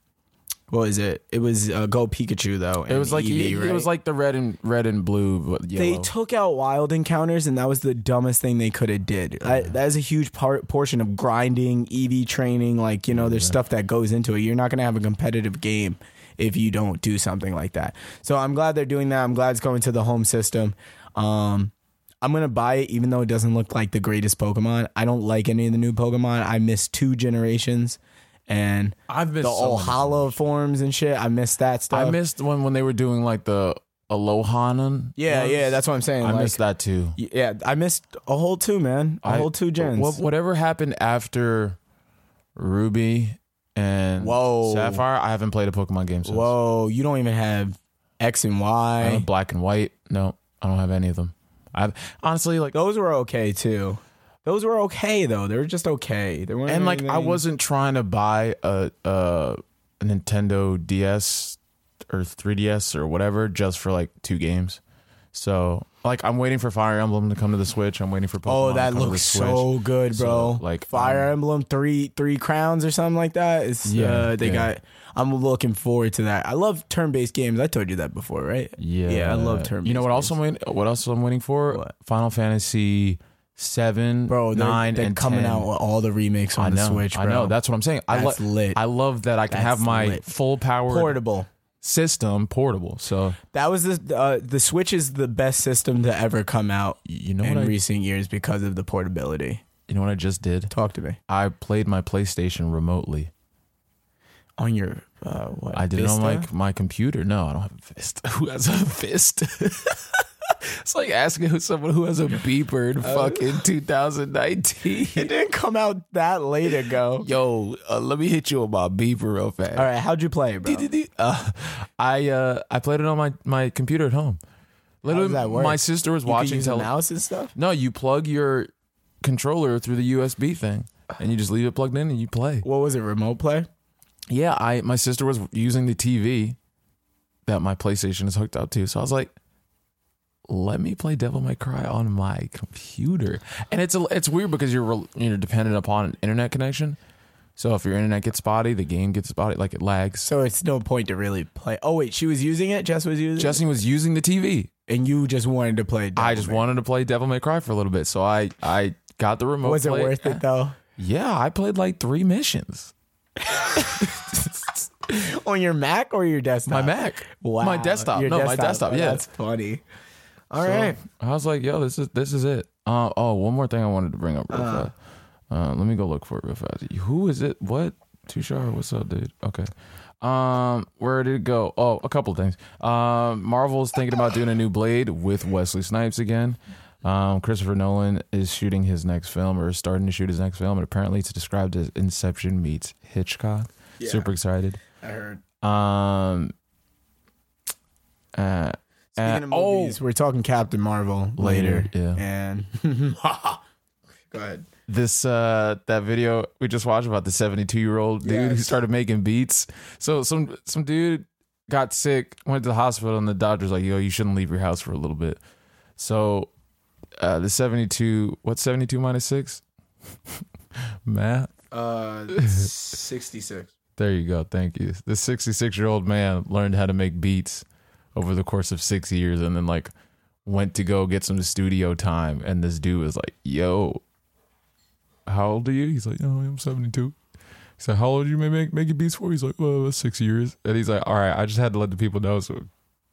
what was it? It was uh, Go Pikachu though.
It was like
Eevee,
it,
right?
it was like the red and red and blue. But yellow.
they took out wild encounters and that was the dumbest thing they could have did I, that is a huge part portion of grinding ev training like you know there's stuff that goes into it you're not going to have a competitive game if you don't do something like that so i'm glad they're doing that i'm glad it's going to the home system um I'm gonna buy it, even though it doesn't look like the greatest Pokemon. I don't like any of the new Pokemon. I missed two generations, and
I've missed
the
so
old
many
hollow forms and shit. I missed that
I
stuff.
missed when when they were doing like the Alohanan.
yeah,
ones.
yeah, that's what I'm saying.
I
like,
missed that too.
Yeah, I missed a whole two, man. A
I-
whole two gens.
What, whatever happened after Ruby and
Whoa.
Sapphire, I haven't played a Pokemon game since.
Whoa, you don't even have X and
I
Y.
have black and white. No, I don't have any of them. I honestly like
Those were okay too. Those were okay though. They were just okay. They weren't
and like I
anything-
wasn't trying to buy a uh a Nintendo DS or 3DS or whatever just for like two games. So like I'm waiting for Fire Emblem to come to the Switch. I'm waiting for Pokemon.
Oh,
to
that
come to the
looks
Switch.
so good, bro.
So, like,
Fire
I'm-
Emblem Three Three Crowns or something like that. It's,
Yeah,
uh, they
yeah.
got. I'm looking forward to that. I love turn based games. I told you that before, right?
Yeah,
yeah. I love turn.
You know what else I'm waiting? What else I'm waiting for?
What?
Final Fantasy seven,
bro? They're,
nine,
they're
and
coming
10.
out with all the remakes on
I know,
the Switch. Bro.
I know. That's what I'm saying. I
That's
love.
lit.
I love that I can
That's
have my
lit.
full power
portable.
system portable. So
That was the uh, the Switch is the best system to ever come out
you know
in
what I,
recent years because of the portability.
you know what I just did?
Talk to me
I played my PlayStation remotely.
on your uh, what?
I did it on
Vista?
like my computer. No, I don't have a Vista. <laughs> Who has a Vista? <laughs> it's like asking who- someone who has a beeper
Uh,
in fucking 2019.
<laughs> It didn't come out that late <laughs> ago.
Yo, uh, let me hit you with my beeper real fast.
All right, how'd you play, it, bro?
Uh, I uh, I played it on my, my computer at home. Literally,
that work?
my sister was
You could
watching
use a
tele-
mouse and stuff.
No, you plug your controller through the USB thing, and you just leave it plugged in and you play.
What was it? Remote play?
Yeah, I my sister was using the TV that my PlayStation is hooked up to, so I was like, "Let me play Devil May Cry on my computer." And it's a, it's weird because you're rel- you're dependent upon an internet connection. So if your internet gets spotty, the game gets spotty, like it lags.
So it's no point to really play. Oh wait, she was using it. Jess was using
Justin was using the TV.
it, and you just wanted to play.
I
Devil
just
May-
wanted to play Devil May Cry for a little bit, so I I got the remote.
Was it
play-
worth it though?
Yeah, I played like three missions.
on your Mac or your desktop?
My Mac.
Wow.
My desktop.
Your
no, my desktop.
Oh,
Yeah.
that's funny. All
So,
right.
I was like, yo, this is this is it. Uh, oh, one more thing I wanted to bring up real fast. Uh, let me go look for it real fast. Who is it? What? Tushar, what's up, dude? Okay. Um, where did it go? Oh, a couple things. Um, Marvel's thinking about doing a new Blade with Wesley Snipes again. Um, Christopher Nolan is shooting his next film or is starting to shoot his next film, and apparently it's described as Inception meets Hitchcock. Super excited.
I heard.
Um, uh, uh,
Speaking of movies, we're talking Captain Marvel later.
Later, yeah.
And <laughs> go ahead.
this uh that video we just watched about the 72 year old dude who
Yes.
started making beats so some some dude got sick went to the hospital and the doctor's like yo you shouldn't leave your house for a little bit so uh the 72 what's 72 minus 6 math
Uh, sixty-six.
<laughs> there you go thank you the 66 year old man learned how to make beats over the course of six years and then like went to go get some studio time and this dude was like yo how old are you he's like oh i'm 72 He's like, how old you may make making beats for? He's like, well, that's six years. And he's like, all right, I just had to let the people know. So,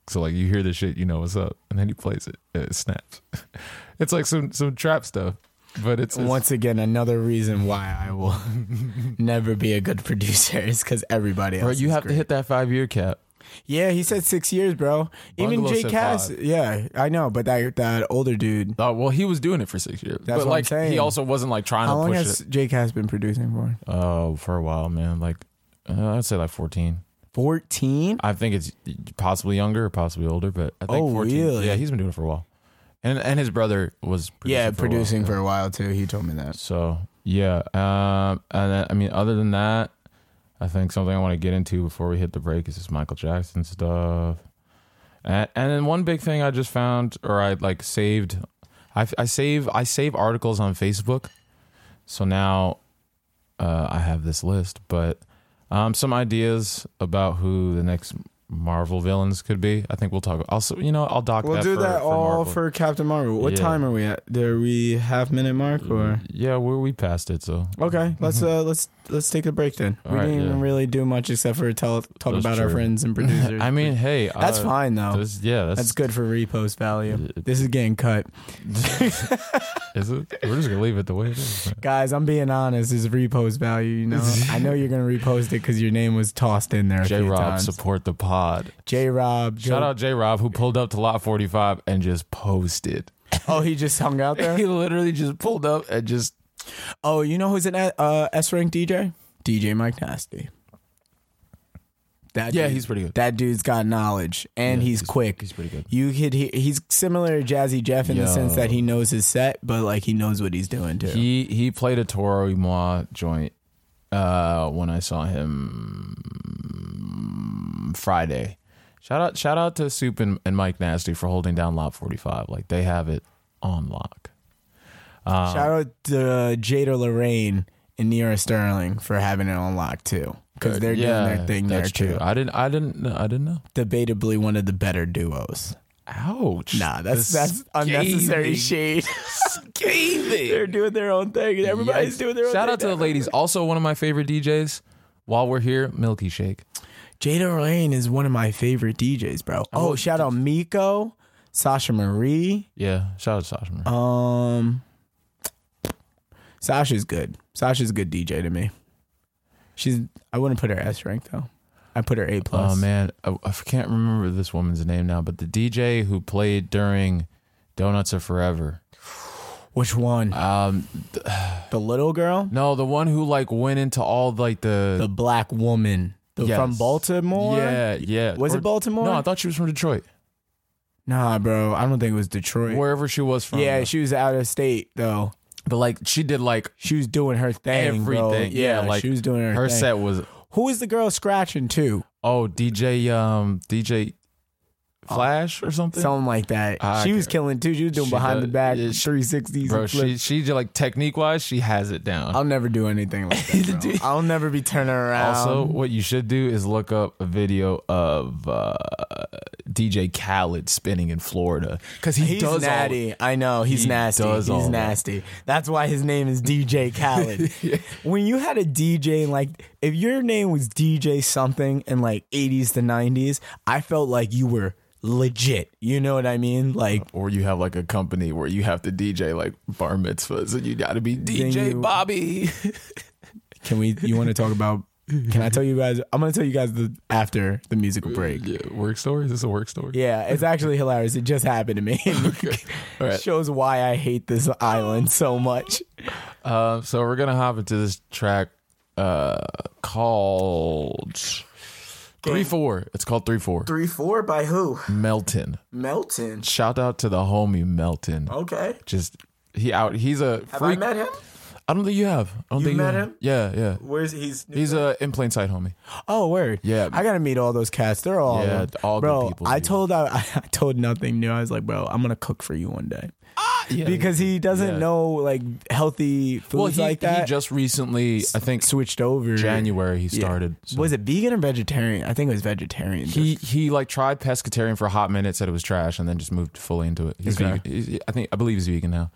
so like, you hear this shit, you know what's up. And then he plays it, and it snaps. <laughs> it's like some some trap stuff, but it's, it's
Once again, another reason why I will <laughs> never be a good producer is because everybody else.
bro. You
is
have
great.
to hit that five year cap.
Yeah, he said six years, bro. Even
Bungalow
Jay
said
Cass.
five.
Yeah, I know, but that that older dude.
Uh, well, he was doing it for six years,
That's what
but
I'm
like he
saying.
also wasn't like trying
How
to
long
push
has
it.
Jay Cass been producing for?
Oh, for a while, man. Like uh, I'd say like fourteen.
Fourteen.
I think it's possibly younger or possibly older, but I think
Oh,
14.
really?
Yeah, he's been doing it for a while, and and his brother was producing
Yeah,
for a while,
producing
yeah.
for a while too. He told me that.
So yeah, um, and then, I mean, other than that, I think something I want to get into before we hit the break is this Michael Jackson stuff. And, and then one big thing I just found, or I like saved, I, I save I save articles on Facebook, so now uh, I have this list. But um, some ideas about who the next Marvel villains could be. I think we'll talk. Also, you know, I'll dock.
We'll
that
do
for,
that
for
all
Marvel.
for Captain Marvel. What
Yeah. Mm,
time are we at? Are we half minute mark or?
Yeah, we we passed it, so
Okay, let's uh let's let's take a break then.
All
we
right,
didn't even
yeah.
really do much except for tell talk
That's
about our
true.
friends
<laughs>
and producers.
I mean, hey,
that's
uh,
fine though.
this- yeah, that's,
that's good for repost value.
It-
This is getting cut,
is it. We're just gonna leave it the way
<laughs>
it is. man.
guys. I'm being honest. Is repost value? You
<laughs>
know, I know you're gonna repost it because your name was tossed in there.
J Rob,
Rob,
support the pod.
J Rob,
Shout out J Rob who pulled up to lot 45 and just posted.
<laughs> Oh, he just hung out there.
<laughs> He literally just pulled up and just
Oh, you know who's an uh, S rank DJ? DJ Mike Nasty. That
Yeah,
dude-
he's pretty good.
That dude's got knowledge and
Yeah,
he's,
he's-
quick.
he's pretty good.
You could he, he's similar to Jazzy Jeff in the sense
Yo.
that he knows his set, but like he knows what he's doing too.
he he played a Toro Moi joint uh when I saw him Friday. Shout out shout out to Soup and, and Mike Nasty for holding down lot 45. Like they have it on lock.
Shout out to uh, Jada Lorraine and Nira Sterling for having it on lock too, because they're doing their thing there
that's
too.
true. I didn't I didn't know- I didn't know.
Debatably one of the better duos.
Ouch.
Nah, that's that's unnecessary shade.
<laughs>
<laughs> they're doing their own thing, and everybody's
Yikes.
doing their own.
Shout
thing
out to the
now.
ladies. Also, one of my favorite DJs. While we're here, Milky Shake.
Jada Lane is one of my favorite DJs, bro. Oh, shout out Miko, Sasha Marie.
Yeah, shout out to Sasha. Marie.
Um, Sasha's good. Sasha's a good DJ to me. She's. I wouldn't put her S rank though. I put her A plus.
oh man, I, I can't remember this woman's name now, but the DJ who played during Donuts Are Forever.
Which one?
Um,
the little girl,
no, the one who like went into all like
the
the,
black woman, the,
Yes.
from Baltimore.
yeah yeah
Was it Baltimore?
No, I thought she was from Detroit,
Nah, bro. I don't think it was Detroit.
wherever she was from.
yeah, she was out of state though.
but like she did like
She was doing her thing. bro.
everything. Yeah, like
she was doing her,
her
thing.
set was
Who is the girl scratching too?
oh DJ um DJ
Oh.
Flash or
<laughs>
something.
Something like that.
I
she was
can't-
killing too. Ah, She was doing
She
behind the
does-
back
yeah, she-
360s.
Bro,
and flips.
she she like technique wise, she has it down.
I'll never do anything like that. <laughs> bro. I'll never be turning around.
Also, what you should do is look up a video of uh, DJ Khaled spinning in Florida because he
he's
does
natty. I know he's
He
nasty.
does all
he's
that.
nasty. That's why his name is DJ <laughs> Khaled. When you had a DJ like, if your name was DJ something in like 80s to 90s, I felt like you were legit. You know what I mean? Like
All, or you have like a company where you have to DJ like bar mitzvahs and you got to be DJ
you- <laughs>
Bobby.
Can we? You want to talk about? Can I tell you guys? I'm gonna tell you guys the after the musical break.
yeah, work story. Is this a work story?
Yeah, it's actually hilarious. It just happened to
<laughs>
me. <laughs>
All right.
Shows why I hate this island so much.
Uh, so we're gonna hop into this track uh, called Three Four. It's called Three Four.
Three four by who?
Melton.
Melton.
Shout out to the homie Melton.
Okay.
Just he out. He's a freak.
him?
I don't think you have. I don't
You
think
met
you have.
him?
Yeah, yeah.
Where's he's?
He's a in plain sight homie.
oh word.
Yeah.
I gotta meet all those cats. They're all
Yeah, all good
bro.
people,
I
dude.
told I, <laughs> I told nothing new. I was like, bro, I'm gonna cook for you one day
Yeah,
because he doesn't
Yeah.
know like healthy foods
well, he,
like that.
he just recently, I think,
switched over
January he
Yeah.
started. so-
Was it vegan or vegetarian? I think it was vegetarian.
he he like tried pescatarian for a hot minute, said it was trash, and then just moved fully into it. He's
Okay.
vegan. He's- I think I believe he's vegan now.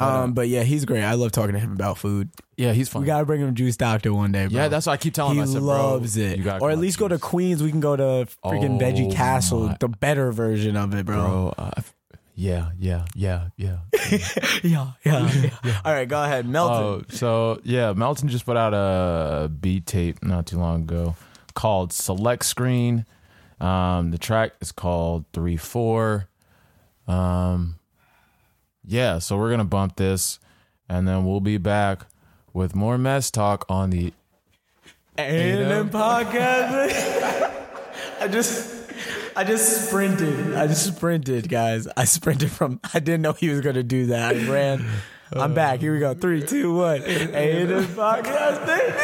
uh,
um, but yeah, he's great. I love talking to him about food.
Yeah, he's fine.
We gotta bring him Juice Doctor one day, bro.
yeah, that's what I keep telling
he
him. Oh, I said, bro,
loves
you
it.
gotta
Or
come
at
out
least
to
go to
this.
Queens. We can go to freaking
Oh,
Veggie Castle,
my-
the better version of it, bro.
Bro, uh, yeah, yeah, yeah, yeah.
<laughs> Yeah,
<laughs>
yeah, yeah. All right, go ahead, Melton.
Oh, so yeah, Melton just put out a beat tape not too long ago called Select Screen. Um, the track is called Three Four. Um, yeah, so we're gonna bump this, and then we'll be back with more mess talk on the.
and then podcast. <laughs> I just, I just sprinted. I just sprinted, guys. I sprinted from. I didn't know he was gonna do that. I ran. I'm back. Here we go. Three, two,
<laughs>
one. And then podcast. baby.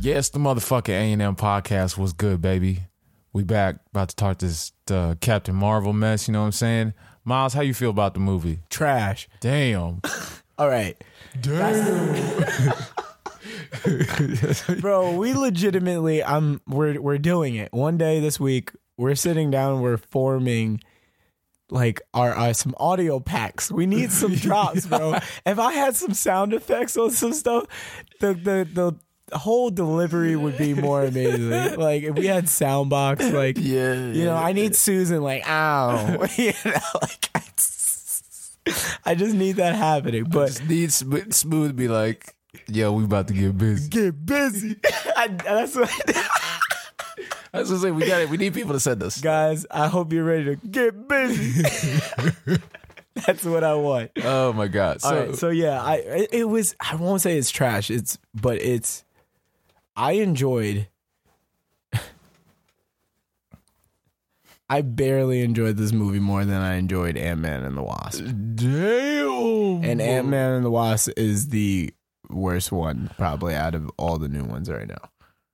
Yes, the motherfucking A&M podcast was good, baby. We back about to talk this uh, Captain Marvel mess, you know what I'm saying? Miles, how you feel about the movie?
Trash.
Damn.
All right. <laughs> Bro, we legitimately I'm we're we're doing it. One day this week, we're sitting down, we're forming like our uh, some audio packs. We need
<laughs>
some drops, bro. If I had some sound effects on some stuff, the the the whole delivery would be more amazing.
<laughs>
Like if we had sound box, like
Yeah,
you know, I need Susan like ow, <laughs> you know, like I just, I just need that happening. But
Just need Sm- Smooth be like, yo, we about to get busy.
get busy. <laughs> I, that's what I did. <laughs>
I was gonna say, we got it. We need people to send us.
Guys, I hope you're ready to get busy. <laughs> That's what I want.
Oh my God. So,
All right, so yeah, I it, it was I won't say it's trash. It's but it's I enjoyed. <laughs> I barely enjoyed this movie more than I enjoyed Ant Man and the Wasp.
damn.
And Ant Man and the Wasp is the worst one probably out of all the new ones right now.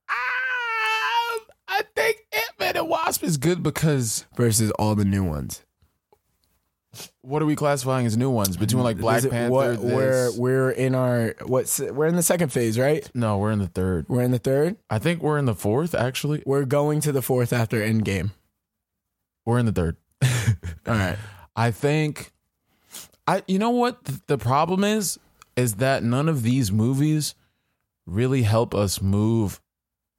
Um, I think Ant Man and Wasp is good because
Versus all the new ones.
what are we classifying as new ones? Between like Black
This is-
Panther,
what-
this-
we're we're in our what's we're in the second phase, right?
no, we're in the third.
We're in the third.
I think we're in the fourth. Actually,
We're going to the fourth after Endgame.
we're in the third. <laughs>
All right.
I think I you know what th- the problem is is that none of these movies really help us move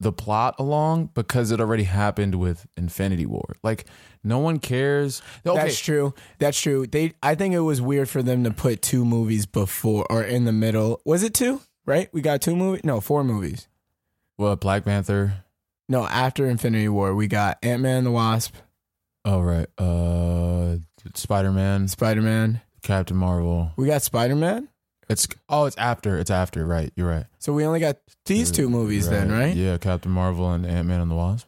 the plot along because it already happened with Infinity War. Like no one cares. Okay,
That's true. That's true. They I think it was weird for them to put two movies before or in the middle. Was it two? Right? We got two movies? No, four movies.
well, Black Panther.
No, after Infinity War, we got Ant Man and the Wasp,
Oh right. Uh Spider-Man,
Spider Man.
Captain Marvel.
We got Spider Man.
It's oh, it's after. It's after, right. You're right.
So we only got these two movies then, right?
Mm, Yeah, Captain Marvel and Ant-Man and the Wasp.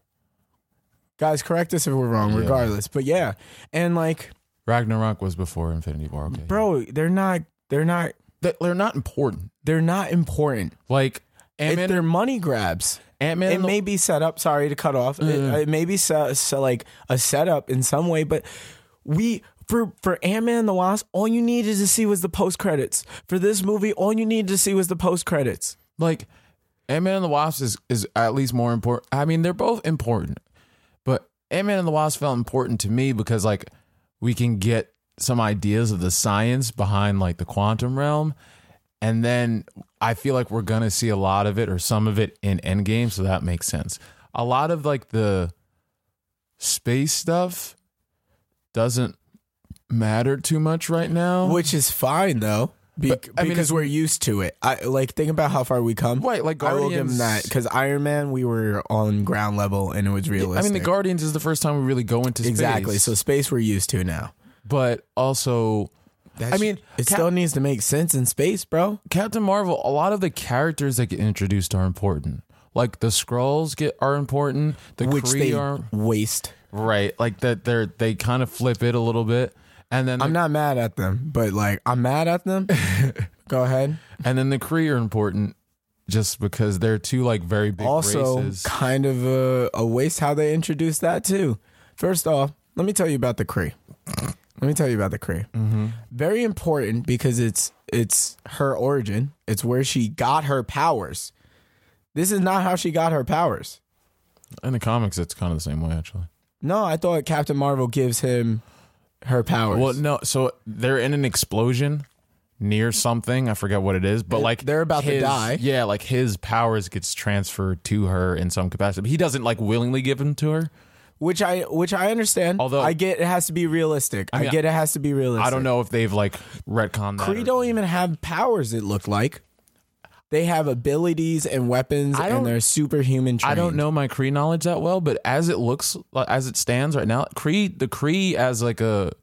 Guys, correct us if we're wrong,
Yeah.
regardless. But yeah. And like,
Ragnarok was before Infinity War. Okay.
bro, they're not they're not
They- they're not important.
they're not important.
Like
If
Ant-Man
they're money grabs.
Ant Man.
it may be set up. Sorry to cut off.
Mm.
It, it may be so, so like a setup in some way, but we for for Ant Man and the Wasp, all you needed to see was the post credits. For this movie, all you needed to see was the post credits.
like Ant Man and the Wasp is is at least more important. I mean, they're both important, but Ant Man and the Wasp felt important to me because like we can get some ideas of the science behind like the quantum realm, and then I feel like we're gonna see a lot of it or some of it in Endgame, so that makes sense. A lot of like the space stuff doesn't matter too much right now.
Which is fine though, be-
But, I mean,
because we're used to it. I like think about how far we come.
Right, like
I will give them
Guardians-
that because Iron Man, we were on ground level and it was
I
realistic.
mean, the Guardians is the first time we really go into space.
exactly. So space, we're used to now.
but also
That's,
I mean,
it
Cap-
still needs to make sense in space, bro.
Captain Marvel. A lot of the characters that get introduced are important. Like the scrolls get are important. The
Which
Kree
they
are
waste.
right. Like that they're they kind of flip it a little bit, and then the,
I'm not mad at them, but like I'm mad at <laughs> them. Go ahead.
and then the Kree are important just because they're two like very big
Also,
races.
kind of a, a waste how they introduced that too. First off, let me tell you about the Cree. Let me tell you about the Cree.
Mm-hmm.
Very important because it's it's her origin. It's where she got her powers. This is not how she got her powers.
In the comics, it's kind of the same way actually.
No, I thought Captain Marvel gives him her powers.
Well, no. So they're in an explosion near something. I forget what it is, but like
they're about to
his-
die.
Yeah, like his powers gets transferred to her in some capacity. But he doesn't like willingly give them to her.
which I which I understand.
Although-
I get it has to be realistic. I,
mean,
get it has to be realistic.
I don't know if they've like retconned that.
Kree
or-
don't even have powers. It looked like they have abilities and weapons,
don't-
and they're superhuman. Trained.
I don't know my Kree knowledge that well, but as it looks, like, as it stands right now, Kree the Kree as like a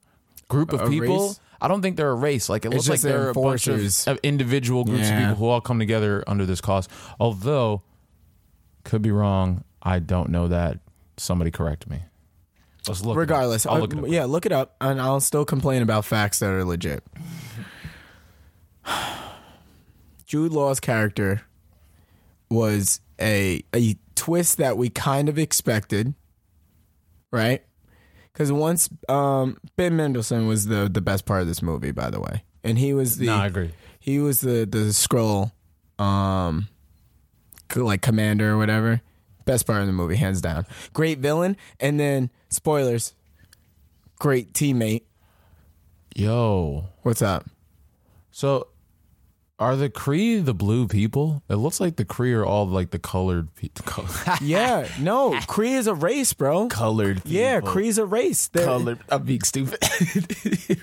group of
A
people.
race?
I don't think they're a race. Like it looks like
just their
they're a bunch
enforcers.
of, of individual groups
Yeah.
of people who all come together under this cause. Although, could be wrong. I don't know that. Somebody correct me. Let's look. it up.
Regardless,
I'll look
uh,
it up.
yeah, look it up, and I'll still complain about facts that are legit. <sighs> Jude Law's character was a a twist that we kind of expected, right? Because once um, Ben Mendelsohn was the the best part of this movie, by the way, and he was the
No, I agree.
he was the the scroll, um, c- like commander or whatever. Best part of the movie, hands down. Great villain, and then spoilers. Great teammate.
Yo,
What's up?
so are the Cree the blue people? It looks like the Cree are all like the colored people. <laughs> Colored,
Yeah, no, Kree is a race, bro.
colored people.
Yeah, Kree's a race. They're-
Colored. I'm being stupid. <laughs>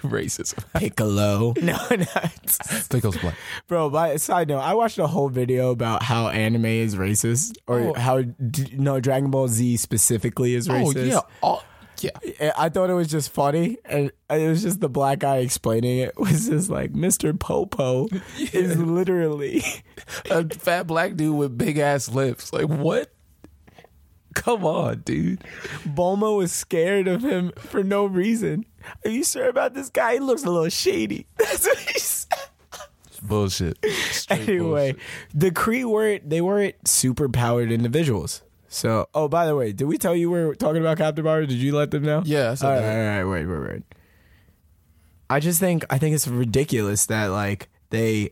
Racism.
Piccolo. <laughs> No, not. <laughs>
Pickles black.
Bro, by side note, I watched a whole video about how anime is racist, or how d- no Dragon Ball Z specifically is
Oh
racist.
yeah. all- yeah.
And I thought it was just funny, and it was just the black guy explaining it <laughs> was just like Mr.
<laughs>
Popo is literally
a fat black dude with big ass lips. Like what? Come on, dude.
Bulma was scared of him for no reason. Are you sure about this guy? He looks a little shady. <laughs> That's what he said.
Bullshit. Straight
anyway,
bullshit.
the Kree weren't they weren't super powered individuals. So, oh, by the way, did we tell you we were talking about Captain Power? Did you let them know?
Yeah, I said
All right,
that.
all right, all right, wait, wait, wait. I just think I think it's ridiculous that like they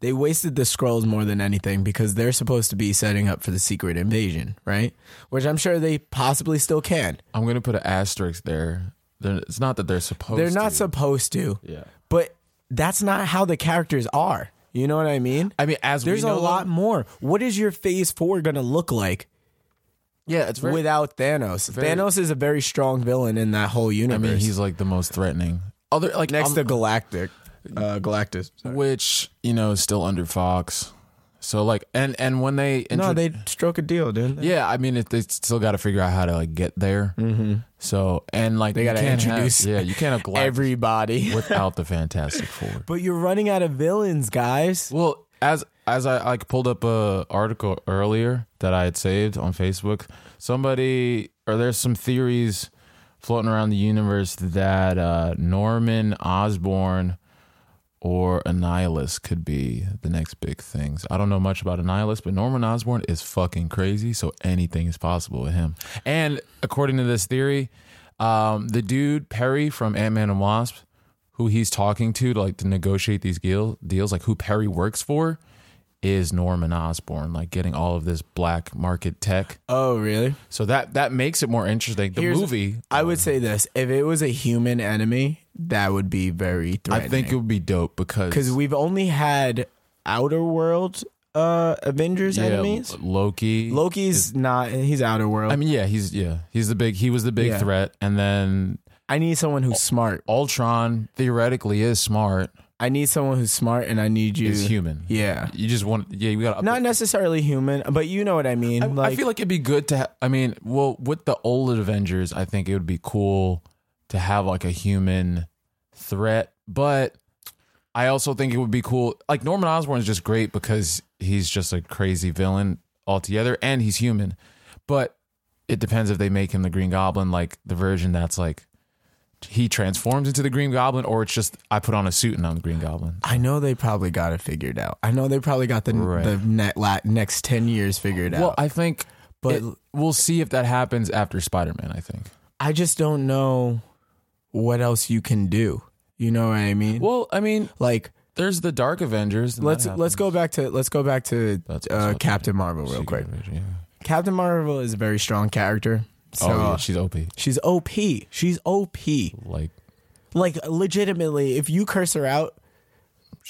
they wasted the scrolls more than anything because they're supposed to be setting up for the secret invasion, right? Which I'm sure they possibly still can.
I'm gonna put an asterisk there. They're, it's not that they're supposed.
They're not
To.
supposed to.
yeah.
But that's not how the characters are. You know what I mean?
I mean, as we
There's a
know
lot
them-
more. What is your phase four going to look like
yeah, it's very.
without Thanos? Thanos is a very strong villain in that whole
I
universe.
mean, he's like the most threatening. Other like
next
um,
to Galactic, uh, Galactus.
which you know is still under Fox. So like, and and when they
No,
intro-
they struck a deal, didn't they?
Yeah, I mean, it, they still got to figure out how to like get there. Mm-hmm. So and like
They
you
gotta
can't have-
introduce
yeah, you can't have Galactus
Everybody. <laughs>
without the Fantastic Four.
But you're running out of villains, guys.
Well, as as I like pulled up a article earlier that I had saved on Facebook, somebody or there's some theories floating around the universe that uh, Norman Osborn or Annihilus could be the next big things. I don't know much about Annihilus, but Norman Osborn is fucking crazy, so anything is possible with him. And according to this theory, um, the dude Perry from Ant Man and Wasp, who he's talking to, to like to negotiate these deal, deals, like who Perry works for, is Norman Osborn, like getting all of this black market tech.
Oh, really?
So that that makes it more interesting. The
Here's-
movie,
I would say this: if it was a human enemy, that would be very
I
threatening.
think it would be dope because
because we've only had Outer World uh, Avengers
yeah,
enemies.
Loki,
Loki's not; he's Outer World.
I mean, yeah, he's yeah, he's the big. He was the big
Yeah.
threat, and then
I need someone who's smart.
Ultron theoretically is smart.
I need someone who's smart, and I need you.
Is human.
Yeah,
You just want, yeah, you got
not necessarily human, but you know what I mean.
I,
like,
I feel like it'd be good to. Ha- I mean, well, with the old Avengers, I think it would be cool to have like a human threat, but I also think it would be cool. Like Norman Osborn is just great because he's just a crazy villain altogether, and he's human. But it depends if they make him the Green Goblin, like the version that's like he transforms into the Green Goblin, or it's just I put on a suit and I'm the Green Goblin.
I know they probably got it figured out. I know they probably got the
Right.
the ne- la- next ten years figured
Well,
out.
I think,
But-
but we'll see if that happens after Spider Man. I think.
I just don't know what else you can do. You know what I mean?
Well, I mean,
like,
There's the Dark Avengers. and
let's
that
let's go back to let's go back to
That's what's
uh,
up.
Captain Marvel
happens.
real quick.
Secret Invasion,
Captain Marvel is a very strong character. So
yeah. oh, yeah, she's OP.
she's OP. She's OP.
Like,
Like legitimately, if you curse her out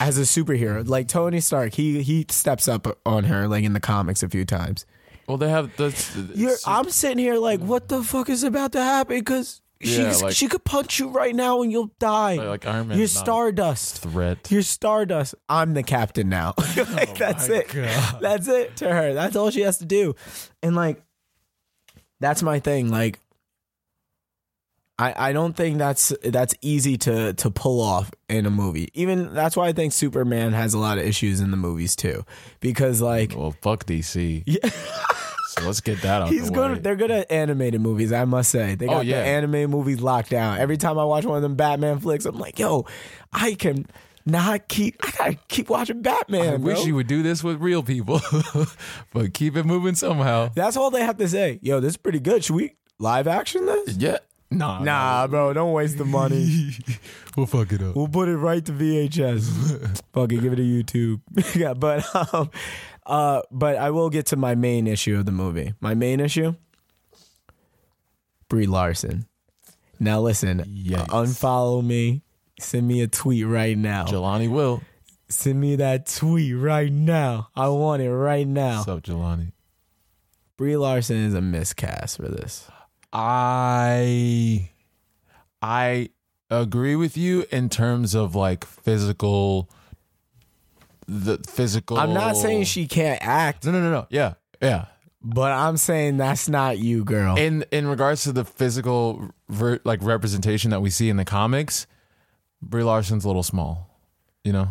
as a superhero, like Tony Stark, he he steps up on her like in the comics a few times.
well, they have the.
You're,
it's-
I'm sitting here like, what the fuck is about to happen? Because
Yeah,
she
like-
she could punch you right now and you'll die.
Like Iron Man
You're
is not a
stardust.
threat.
You're Stardust. I'm the captain now. <laughs>
Oh
like, that's it. That's it to her. That's all she has to do. And like, that's my thing. Like, I I don't think that's that's easy to to pull off in a movie. Even that's why I think Superman has a lot of issues in the movies too, because like.
well, fuck DC.
Yeah.
<laughs> so let's get that out.
He's
the
good.
Way.
They're good at animated movies, I must say. They got
Oh, yeah.
the anime movies locked down. Every time I watch one of them Batman flicks, I'm like, yo, I can Nah, I keep I gotta keep watching Batman.
I wish
bro.
you would do this with real people, <laughs> but keep it moving somehow.
That's all they have to say. Yo, this is pretty good. Should we live action this?
Yeah. Nah.
Nah, bro, don't waste the money.
<laughs> We'll fuck it up.
we'll put it right to
<laughs>
VHS. Fuck it, give it to YouTube. <laughs> yeah, but um, uh, but I will get to my main issue of the movie. My main issue, Brie Larson. Now listen, uh,
Yikes.
unfollow me. Send me a tweet right now.
Jelani will.
Send me that tweet right now. I want it right now.
What's up, Jelani?
Brie Larson is a miscast for this.
I I agree with you in terms of like physical the physical
I'm not
Oh.
saying she can't act,
No no no no. Yeah. Yeah.
but I'm saying that's not you, girl.
In in regards to the physical ver- like representation that we see in the comics, Brie Larson's a little small. You know?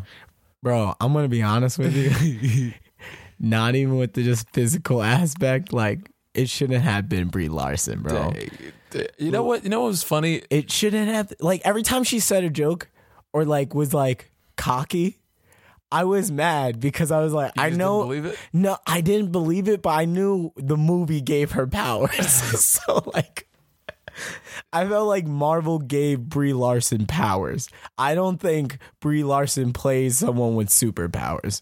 Bro, I'm gonna be honest with
<laughs>
you. Not even with the just physical aspect, like it shouldn't have been Brie Larson, bro.
You know what? You know what was funny?
It shouldn't have like every time she said a joke or like was like cocky, I was mad because I was like, I
just didn't
know
believe it?
No, I didn't believe it, but I knew the movie gave her powers. <laughs> so like I felt like Marvel gave Brie Larson powers. I don't think Brie Larson plays someone with superpowers.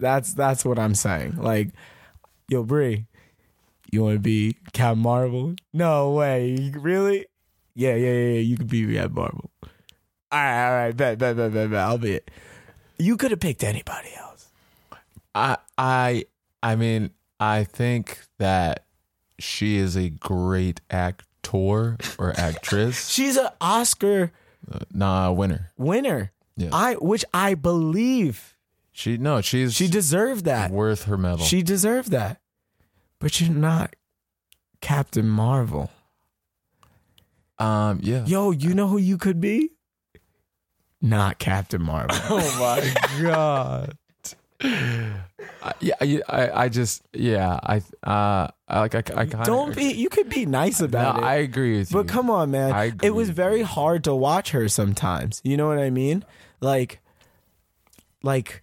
That's that's what I'm saying. Like, yo, Brie, you want to be Captain Marvel? No way. You- Really? Yeah, yeah, yeah. yeah. You could be Captain Marvel. All right, all right. Bet, bet, bet, bet, bet. I'll be it. You could have picked anybody else.
I I I mean, I think that she is a great actor or <laughs> actress.
She's an Oscar
nah, winner.
winner.
Yeah.
I, which I believe
She no, she's
she deserved that.
worth her medal.
She deserved that. But you're not Captain Marvel.
um yeah.
Yo, you know who you could be? Not Captain Marvel.
<laughs> Oh my god. I, yeah, I, I I just yeah, I uh I like I, I kind
Don't be. You could be nice
no,
about it.
I agree with you.
but come on, man.
I agree
It was
with
very
you.
hard to watch her sometimes. You know what I mean? Like, like,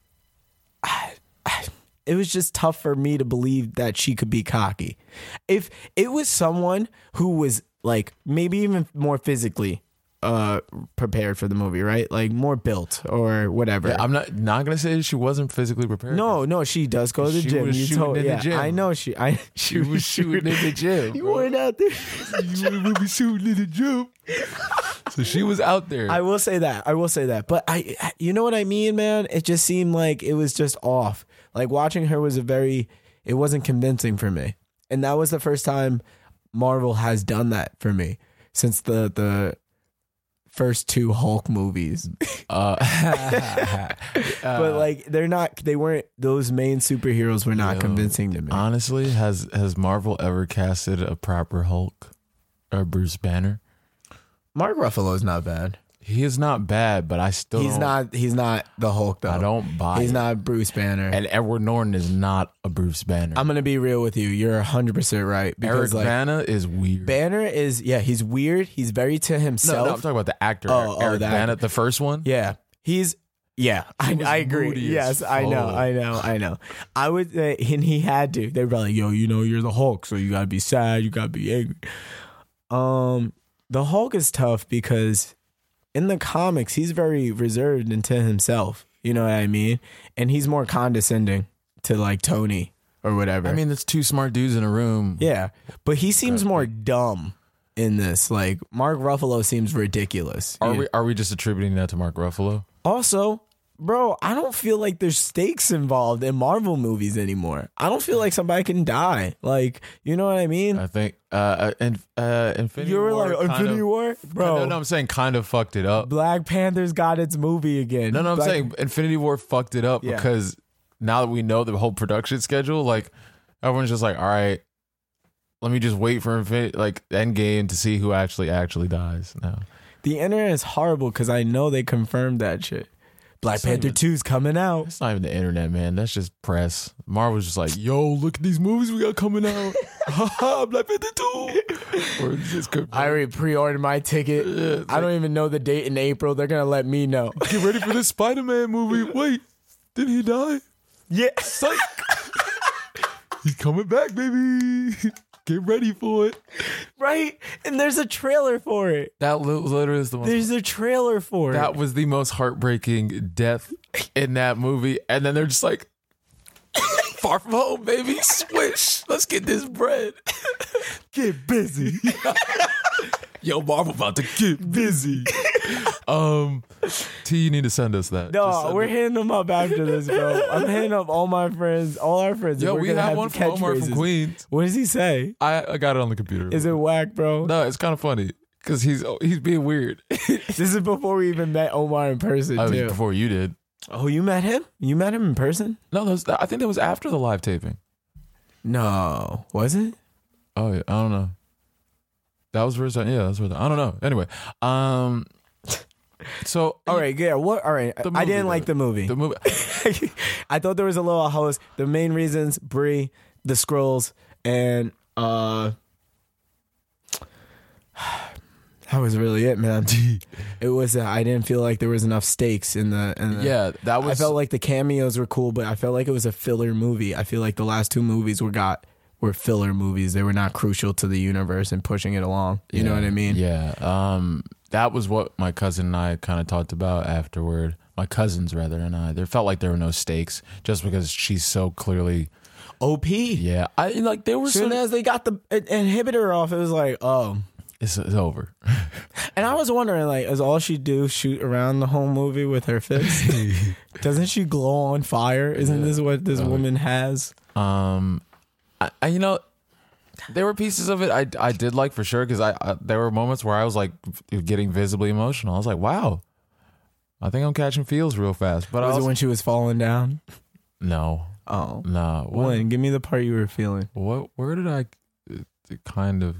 <sighs> it was just tough for me to believe that she could be cocky. If it was someone who was like maybe even more physically uh prepared for the movie, right? Like more built or whatever.
I'm not not going to say she wasn't physically prepared.
no, no, she does go to the
She
gym.
was
you
shooting
told,
in the
yeah,
gym.
I know she. I <laughs> she,
she was shooting in the gym.
You
bro.
weren't out there.
you would be shooting in the gym. So she was out there.
I will say that. I will say that. But I, you know what I mean, man. It just seemed like it was just off. Like watching her was a very, it wasn't convincing for me. And that was the first time Marvel has done that for me since the the first two Hulk
<laughs>
movies.
Uh,
but like they're not, they weren't. Those main superheroes were not
Yo,
convincing to me.
Uh, honestly, has has Marvel ever casted a proper Hulk or Bruce Banner?
Mark Ruffalo's not bad.
He is not bad, but I still
He's
don't-
not. He's not the Hulk though.
I don't buy.
He's
it.
not Bruce Banner.
and Edward Norton is not a Bruce Banner.
I'm gonna be real with you. You're 100 percent right.
Eric
Because like,
Bana is weird.
Banner is yeah, he's weird. He's very to
no, no, I'm
himself.
talking about the actor.
Oh, oh,
Eric
the
Bana,
actor.
the first one.
yeah, he's yeah. I,
was
I agree.
moody
Yes,
as
I know,
fuck.
I know, I know. I would, say, and he had to. They were like, "Yo, you know, you're the Hulk, so you gotta be sad, you gotta be angry." Um, the Hulk is tough because in the comics he's very reserved and to himself. You know what I mean? And he's more condescending to like Tony or whatever.
I mean, that's two smart dudes in a room.
Yeah, but he seems more dumb in this. Like Mark Ruffalo seems ridiculous.
Are we are we just attributing that to Mark Ruffalo?
Also, bro, I don't feel like there's stakes involved in Marvel movies anymore. I don't feel like somebody can die. Like, you know what I mean?
I think uh, and uh, Infinity
You were
War
like
kind
Infinity
of-
War, bro.
No, no, I'm saying kind of fucked it up.
Black Panther's got its movie again.
No, no, I'm
Black-
saying Infinity War fucked it up
Yeah.
because now that we know the whole production schedule, like everyone's just like, all right, let me just wait for Infinity, like Endgame to see who actually actually dies now.
the internet is horrible because I know they confirmed that shit. Black
not
Panther
even-
2's coming out.
That's not even the internet, man. That's just press. Marvel's just like,
<laughs>
yo, look at these movies we got coming <laughs> out. Haha, Black Panther 2. Or just could-
I already pre-ordered my ticket. I don't even know the date in April. They're gonna let me know.
get ready for this Spider Man movie. Wait, did he die?
Yeah.
<laughs> Psych. He's coming back, baby. Get ready for it.
Right? And there's a trailer for it.
That li- literally is the one.
There's a trailer for
That
it.
was the most heartbreaking death in that movie. And then they're just like, far from home, baby. Swish. Let's get this bread.
Get <laughs> busy.
Yo, Marvel about to get busy. um, T, you need to send us that. Just
No,
send
we're
it.
hitting them up after this, bro. I'm hitting up all my friends, all our friends.
Yo,
and we're
we
gonna
have one from Omar from
catchphrases.
Queens.
What does he say?
I, I got it on the computer.
Is it whack, bro?
No, it's kind of funny because he's he's
<laughs>
being weird.
This is before we even met Omar in person,
I was
too.
before you did.
oh, you met him? You met him in person?
No, that was, I think that was after the live taping.
No, was it?
Oh yeah, I don't know. That was first time. Yeah, that's first time. I don't know. Anyway, um,
<laughs>
so
All right, yeah. What? All right,
The
I
movie,
didn't like
though.
the movie.
the movie.
<laughs> I thought there was a little host. The main reasons: Brie, the scrolls, and uh, <sighs> that was really it, man. <laughs> it was. Uh, I didn't feel like there was enough stakes in the. In the
Yeah, that
I
was.
felt like the cameos were cool, but I felt like it was a filler movie. I feel like the last two movies were got were filler movies. They were not crucial to the universe and pushing it along. You know
Yeah,
what I mean?
Yeah. Um, that was what my cousin and I kind of talked about afterward. My cousins, rather, and I. There felt like there were no stakes, just because she's so clearly.
OP.
Yeah, I like there were.
Soon
some-
as they got the in- inhibitor off, it was like, oh,
it's, it's over.
And I was wondering, like, is all she do shoot around the whole movie with her fists?
<laughs>
Doesn't she glow on fire? Isn't this what
Uh,
this woman has?
Um, I, I you know, there were pieces of it I I did like for sure because I, I there were moments where I was like getting visibly emotional. I was like, wow, I think I'm catching feels real fast. But I
Was
was
it when she was falling down?
no,
Oh,
no. What,
Lynn, give me the part you were feeling
what? Where did I uh, kind of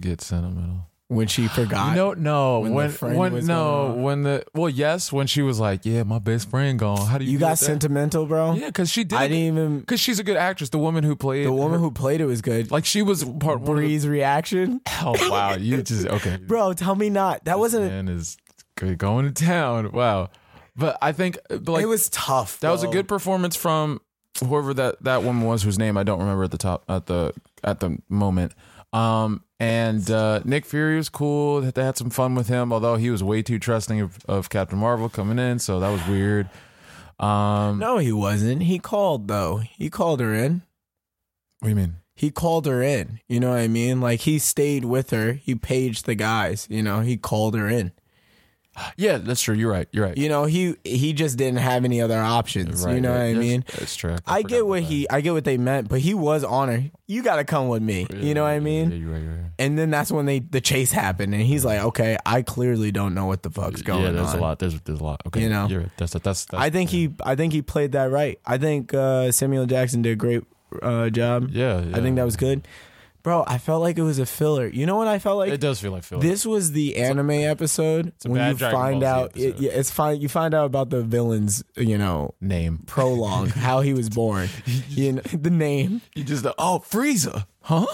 get sentimental?
when she forgot.
<gasps> You know, no.
when
When
the
when,
friend was
no
going on.
when the well yes when she was like yeah my best friend gone. How do you
you
feel
got
with that?"
sentimental, bro.
Yeah, because she did.
I didn't even.
because she's a good actress. The woman who played
The woman who played it was good.
like she was part one of the-
Bree's reaction,
<laughs> Oh wow, you just okay.
bro. Tell me not. That wasn't.
man is g- going to town. Wow. But I think uh, but like
it was tough.
that was a
bro.
good performance from whoever that that woman was whose name I don't remember at the top at the at the moment. Um and uh, Nick Fury was cool. They had some fun with him, although he was way too trusting of, of Captain Marvel coming in, so that was weird. Um,
No, he wasn't. He called though. He called her in.
What do you mean?
he called her in. You know what I mean? Like he stayed with her. He paged the guys. You know, he called her in.
Yeah, that's true. You're right. You're right.
You know, he he just didn't have any other options.
Right,
you know
right.
what I
Yes,
mean?
That's true.
I
forgot
get what
about
he I get what they meant, but he was on her. You gotta come with me.
that.
you know what
Yeah,
I mean?
Yeah, you're right. You're right.
And then that's when they the chase happened, and he's like, "Okay, I clearly don't know what the fuck's going
yeah, there's
on."
a lot. There's there's a lot. Okay,
You know?
you're right. That's that's. that's
I think he I think he played that right. I think uh, Samuel Jackson did a great uh, job.
Yeah, yeah.
I think that was good, bro. I felt like it was a filler. You know what I felt like?
it does feel like filler.
This was the anime episode
a
when
bad
you
Dragon
find
Ball Z
out. It,
episode.
yeah, it's fine. You find out about the villain's, you know,
name.
prologue,
<laughs>
how he was born, you know, the name.
You just oh Frieza, huh?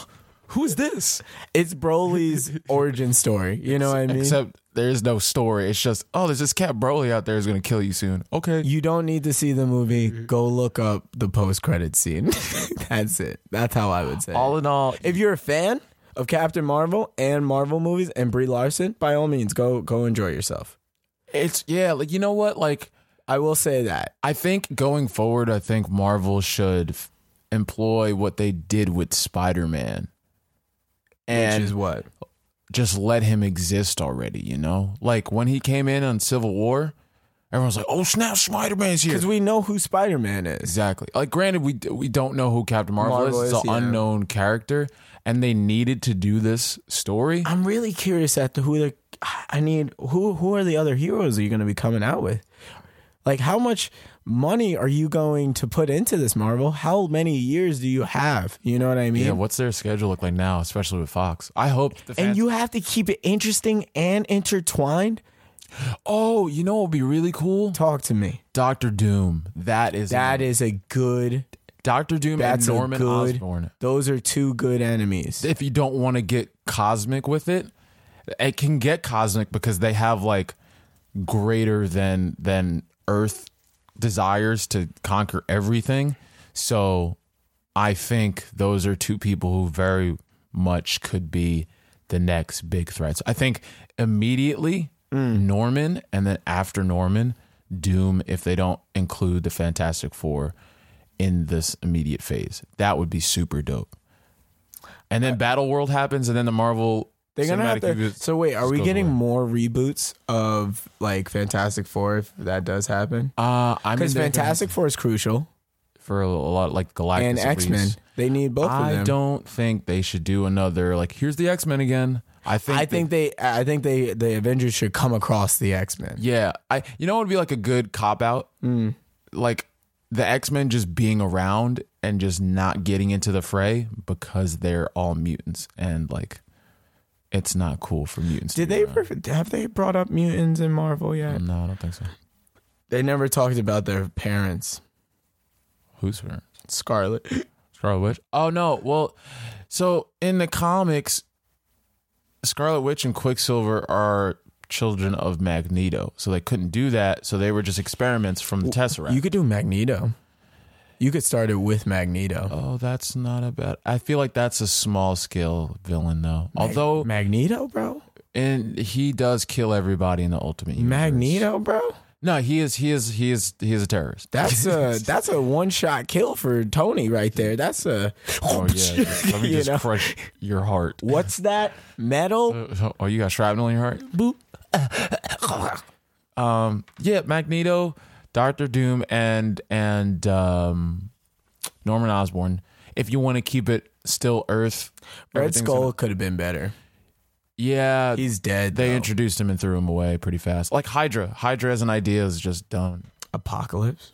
Who is this?
It's Broly's origin story. You know what I mean?
Except there is no story. It's just oh, there's this cat Broly out there who's gonna kill you soon. Okay,
you don't need to see the movie. Go look up the post-credit scene. <laughs> That's it. That's how I would say. it.
all in all,
if you're a fan of Captain Marvel and Marvel movies and Brie Larson, by all means, go go enjoy yourself.
it's yeah. Like you know what? Like
I will say that.
I think going forward, I think Marvel should f- employ what they did with Spider Man. And
Which is what
just let him exist already, you know? Like when he came in on Civil War, everyone's like, "Oh snap, Spider-Man's here."
because we know who Spider-Man is.
Exactly. Like, granted, we we don't know who Captain Marvel,
Marvel
is.
is,
It's an
yeah.
unknown character, and they needed to do this story.
I'm really curious at the who they're. I need who who are the other heroes are you going to be coming out with? Like how much money are you going to put into this Marvel? How many years do you have? You know what I mean?
Yeah, what's their schedule look like now, especially with Fox? I hope the fans,
and you have to keep it interesting and intertwined.
Oh, you know what would be really cool?
Talk to me.
Doctor Doom. That is
That is a good.
Doctor Doom
That's
and
a
Norman
good.
Osborn.
Those are two good enemies.
If you don't want to get cosmic with it, it can get cosmic because they have like greater than than Earth desires to conquer everything. So I think those are two people who very much could be the next big threats. I think immediately
Mm.
Norman and then after Norman, Doom, if they don't include the Fantastic Four in this immediate phase. That would be super dope. And then Battle World happens and then the Marvel
They're gonna have
Cinematic
to.
Universe-
So wait, are we
goes
getting
away.
more reboots of like Fantastic Four if that does happen?
uh I'm
Because
in there
Fantastic Four is crucial,
for a lot like Galactus
and
at
X Men.
least.
They need both of them.
I don't think they should do another like here's the X Men again. I think
I
that-
think they. I think they. The Avengers should come across the X Men.
Yeah, I you know it would be like a good cop out,
Hmm.
like the X Men just being around and just not getting into the fray because they're all mutants and like it's not cool for mutants. to
Did
be
they
around.
ever, have they brought up mutants in Marvel yet?
No, I don't think so.
They never talked about their parents.
Who's her? <laughs>
Scarlet.
Scarlet Witch. Oh no. Well, so in the comics, Scarlet Witch and Quicksilver are children of Magneto, so they couldn't do that. So they were just experiments from the Tesseract.
You could do Magneto. You could start it with Magneto.
Oh, that's not a bad. I feel like that's a small scale villain though. Although,
Magneto, bro.
and he does kill everybody in the Ultimate Universe.
Magneto, bro.
No, he is. He is. He is. He is a terrorist.
That's
<laughs>
a that's a one shot kill for Tony right there. That's a
Oh yeah. Let
<laughs>
me
You
just
know?
crush your heart.
what's that metal?
Oh, you got shrapnel in your heart. Boop. <laughs> um. Yeah. Magneto, Doctor Doom, and and um, Norman Osborn. If you want to keep it still Earth,
Red
everything's
Skull
gonna-
could have been better.
yeah.
He's dead.
They
though.
introduced him and threw him away pretty fast. Like Hydra. Hydra as an idea is just done.
Apocalypse.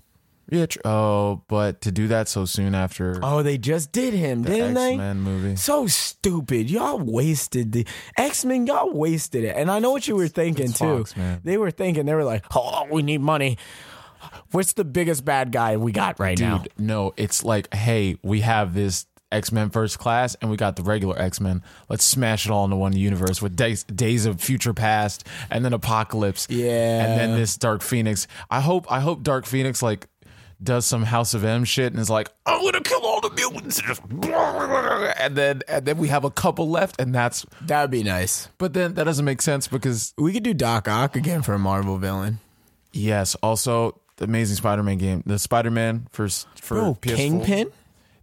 Yeah. Tr- oh, but to do that so soon after
Oh, they just did him, didn't
X
they?
Men movie.
So stupid. Y'all wasted the X Men. Y'all wasted it. And I know what you were thinking too.
Fox, man.
They were thinking. They were like, "Oh, we need money. What's the biggest bad guy we got right
Dude,
now?"
no, it's like, hey, we have this X Men First Class and we got the regular X Men. Let's smash it all into one universe with days, days of Future Past and then Apocalypse.
Yeah.
and then this Dark Phoenix. I hope, I hope Dark Phoenix like does some House of M shit and is like, I'm gonna kill all the mutants and just, and then and then we have a couple left, and that's.
That would be nice.
But then that doesn't make sense because
We could do Doc Ock again for a Marvel villain.
yes, also. the Amazing Spider-Man game, the Spider-Man for for
Bro,
PS4.
Kingpin.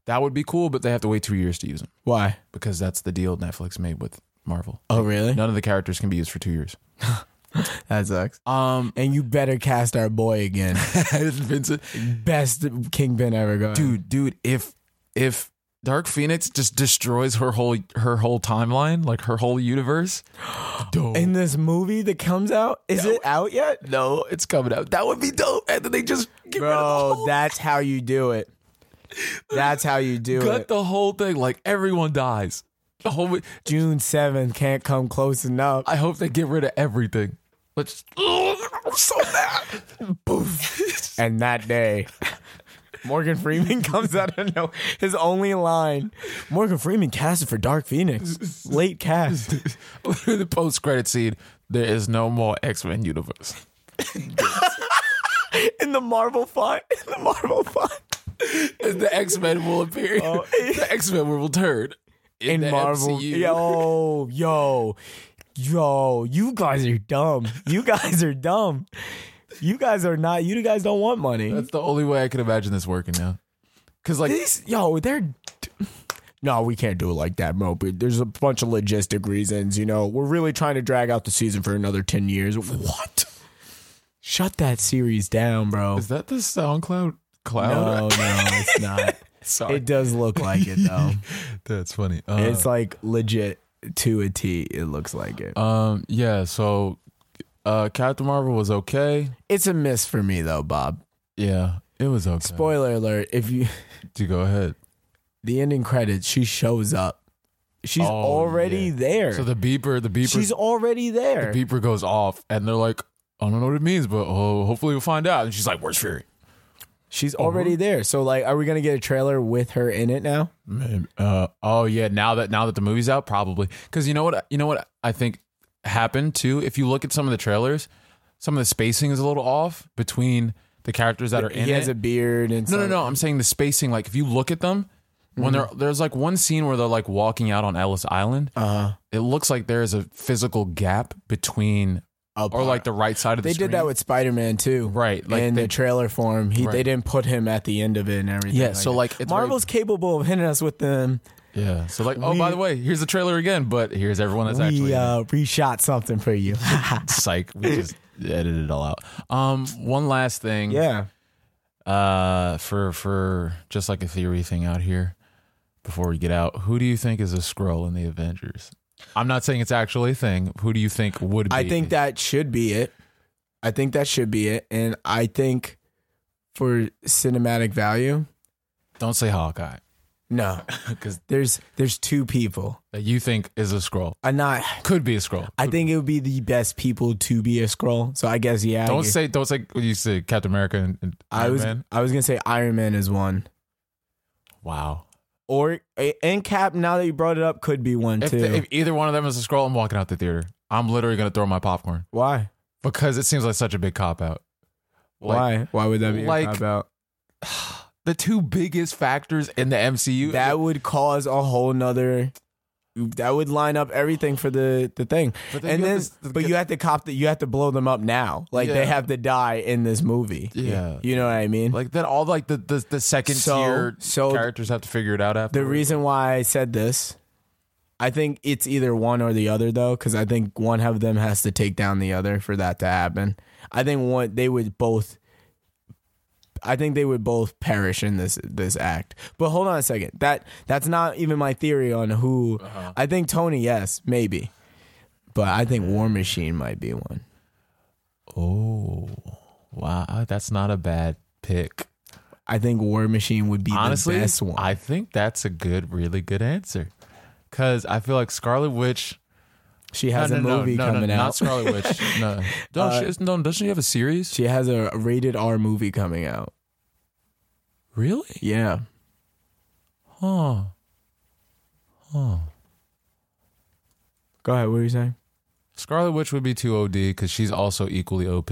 That would be cool, but they have to wait two years to use them
Why?
because that's the deal Netflix made with Marvel.
Oh, really?
None of the characters can be used for two <laughs> years.
That sucks.
Um,
And you better cast our boy <laughs> again.
Vincent,
Best Kingpin ever. Go,
dude, dude, if if Dark Phoenix just destroys her whole her whole timeline, like her whole universe, dope.
In this movie that comes out, is it out yet?
no, it's coming out. That would be dope. And then they just get rid of the
Bro,
whole,
that's how you do it. That's how you do
cut
it.
the whole thing. Like everyone dies. The whole.
June 7th can't come close enough.
I hope they get rid of everything. Let's. I'm so mad. <laughs> Boof.
And that day, Morgan Freeman <laughs> comes out of no. His only line Morgan Freeman casted for Dark Phoenix. Late cast.
Literally, the post credit scene. There is no more X Men universe.
In the Marvel font. <laughs> In the Marvel font.
And the X Men will appear.
Oh.
<laughs> the X Men will return
in
the
Marvel.
MCU.
Yo, yo, yo, you guys are dumb. You guys are dumb. You guys are not. You guys don't want money.
That's the only way I can imagine this working now.
<laughs>
Because like
These, yo, they're. d- No, we can't do it like that, bro. But there's a bunch of logistic reasons. You know, we're really trying to drag out the season for another ten years. What? Shut that series down, bro.
is that the SoundCloud
No, no,
cloud?
it's not.
<laughs> Sorry,
It does look like it
<laughs>
though.
that's funny. Uh,
It's like legit to a T. It looks like it.
um, yeah. So, uh, Captain Marvel was okay.
It's a miss for me though, Bob.
Yeah, it was okay.
Spoiler alert, if you
to go ahead.
the ending credits, she shows up. She's
Oh,
already
yeah.
there.
So the beeper, the beeper,
She's already there.
beeper goes off, and they're like, I don't know what it means, but oh, hopefully we'll find out. And she's like, "Where's Fury?"
She's
uh-huh.
already there. So like, are we gonna get a trailer with her in it now?
Man, Uh, oh yeah, now that now that the movie's out, probably because you know what you know what I think happened too. If you look at some of the trailers, some of the spacing is a little off between the characters that are in
he has
it.
a Mm-hmm. beard and
no, no,
some-
no. I'm saying the spacing. Like if you look at them, when they're there's like one scene where they're like walking out on Ellis Island. Uh-huh. It looks like there is a physical gap between,
A
or like the right side of the.
They did that
screen.
with Spider Man too,
Right, like
Like in
they-
the trailer form, he they
Right.
didn't put him at the end of it and everything.
Yeah, so,
that.
like, it's very-
Marvel's capable of hitting us with them.
Yeah. So like, oh, by
We-
the way, here's the trailer again, but here's everyone that's actually
We
in it.
uh, reshot something for
<laughs>
you. <laughs>
psych. We just edited it all out. Um, one last thing.
yeah,
Uh, for for just like a theory thing out here. Before we get out, who do you think is a scroll in the Avengers? I'm not saying it's actually a thing. Who do you think would be?
I think that should be it. I think that should be it, and I think for cinematic value,
don't say Hawkeye <laughs>
no,
because
there's there's two people.
that you think is a scroll
I'm not.
could be a scroll.
I think it would be the best people to be a scroll. So I guess yeah.
Don't
I,
say don't say you say Captain America and, and
I
Iron
was
Man.
I was gonna say Iron Man is one.
Wow.
Or and Cap. Now that you brought it up, could be one
If,
too.
if either one of them is a scroll, I'm walking out the theater. I'm literally gonna throw my popcorn
Why?
because it seems like such a big cop out.
Why?
Like,
Why would that be
like-
about?
the two biggest factors in the MCU.
That would cause a whole nother. That would line up everything for the the thing,
But then
and
you
then
have to-
but you have to cop that you have to blow them up now. Like
Yeah.
they have to die in this movie.
Yeah.
you know what I mean.
like then all like the the, the second
So-
tier
so
characters have to figure it out after.
the reason why I said this, I think it's either one or the other though, because I think one of them has to take down the other for that to happen. I think one they would both. I think they would both perish in this this act. But hold on a second. That that's not even my theory on who.
Uh-huh.
I think Tony, yes, maybe, but I think War Machine might be one.
oh wow, that's not a bad pick.
I think War Machine would be
Honestly,
the best one.
I think that's a good, really good answer. Because I feel like Scarlet Witch
she has
no,
a
no, no,
movie
no, no,
coming
not
out. <laughs>
Scarlet Witch. No, don't she, isn't- don't- doesn't she have a series?
she has a rated R movie coming out.
really?
Yeah.
Huh.
Go ahead. What were you saying?
Scarlet Witch would be too OD because she's also equally OP.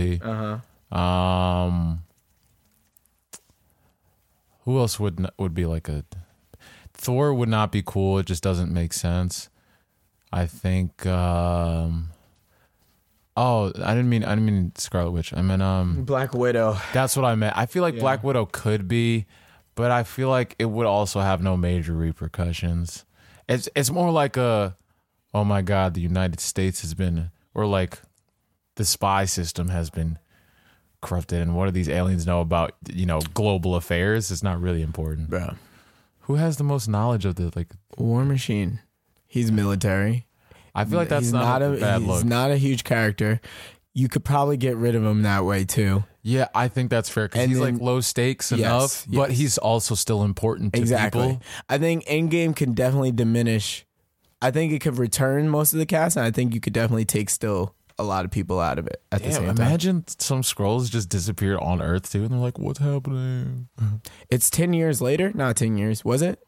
Um, who else would n- would be like a Thor would not be cool. It just doesn't make sense. I think. Um, oh, I didn't mean I didn't mean Scarlet Witch. I meant um.
Black Widow.
That's what I meant. I feel like Black Widow could be, but I feel like it would also have no major repercussions. It's it's more like a, oh my God, the United States has been, or like, the spy system has been corrupted, and what do these aliens know about you know global affairs? It's not really important.
Bro.
Who has the most knowledge of the like?
War Machine. He's military.
I feel like that's
he's
not, a, bad
he's
look.
not a huge character. You could probably get rid of him that way too.
yeah, I think that's fair because
And
he's
then-
like low stakes enough, but
yes.
he's also still important to
Exactly.
people.
I think Endgame can definitely diminish. I think it could return most of the cast, and I think you could definitely take still a lot of people out of it at the
Damn,
same time.
imagine some scrolls just disappeared on Earth too, and they're like, "What's happening?"
It's ten years later. Not ten years, was it?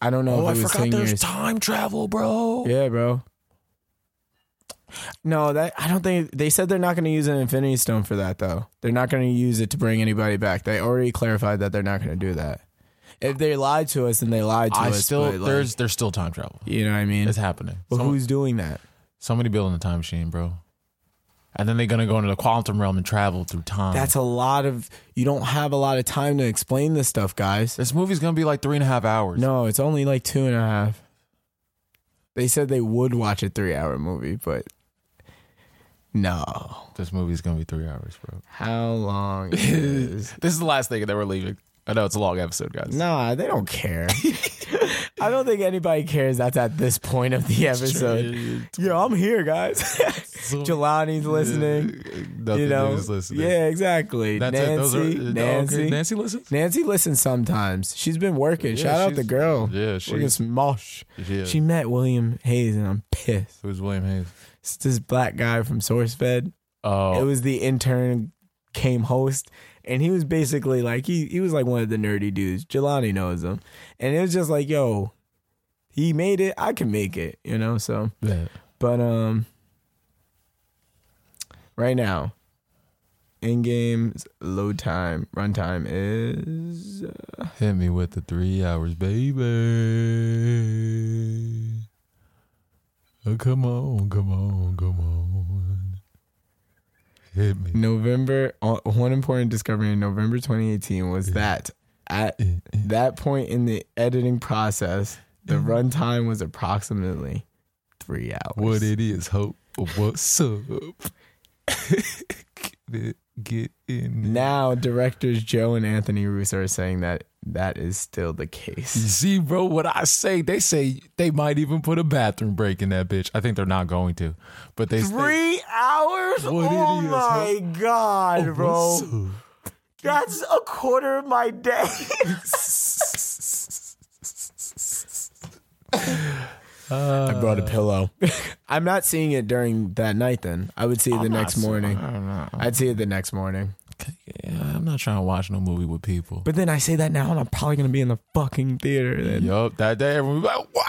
I don't know
Oh, I
if it was
forgot
ten
there's
years.
time travel, bro.
Yeah, bro. No, that I don't think they said they're not going to use an Infinity Stone for that though. They're not going to use it to bring anybody back. They already clarified that they're not going to do that. If they lied to us, then they lied to
I
us.
still
but, like,
there's there's still time travel.
you know what I mean.
It's happening.
But
Some-
who's doing that?
somebody building a time machine, bro. And then they're gonna go into the quantum realm and travel through time.
That's a lot of. You don't have a lot of time to explain this stuff, guys.
this movie's gonna be like three and a half hours.
No, it's only like two and a half. They said they would watch a three-hour movie, but no.
This movie's gonna be three hours, bro.
How <laughs> long is?
This is the last thing that we're leaving. I know it's a long episode, guys.
Nah, they don't care. <laughs> I don't think anybody cares. That's at this point of the episode. Yo, I'm here, guys. <laughs> Jelani's listening.
Uh, Nothing
you know,
is listening.
yeah, exactly.
That's
Nancy,
it. Those are uh, okay,
Nancy,
Nancy listens.
Nancy listens sometimes. She's been working.
Yeah,
Shout out
she's-
the girl.
yeah,
working
she's-
smosh.
Yeah.
She met William Hayes, and I'm pissed.
Who's William Hayes?
It's this black guy from SourceFed.
Oh,
It was the intern came host, and he was basically like he he was like one of the nerdy dudes. Jelani knows him, and it was just like, yo, he made it. I can make it, you know. So,
yeah.
but um, right now, in games load time runtime is
hit me with the three hours, baby. Oh, come on, come on, come on. Hit me.
November. uh, One important discovery in November 2018 was that at that point in the editing process, the
Mm.
runtime was approximately three hours.
What it is, hope. What's up? get, it, get in.
now directors Joe and Anthony Russo are saying that that is still the
You
case.
see, bro, what I say, they say they might even put a bathroom break in that bitch. I think they're not going to, but they say,
Three hours?
What it
oh
is,
my god,
"Oh,
bro!
what's up?"
That's a quarter of my <laughs> day. I brought a pillow. Uh. <laughs> I'm not seeing it during that night. Then I would see it the next morning.
I'm not,
I'd see it the next morning.
yeah, I'm not trying to watch no movie with people.
But then I say that now, and I'm probably gonna be in the fucking theater. Then
Yup, that day everyone was like, "What?"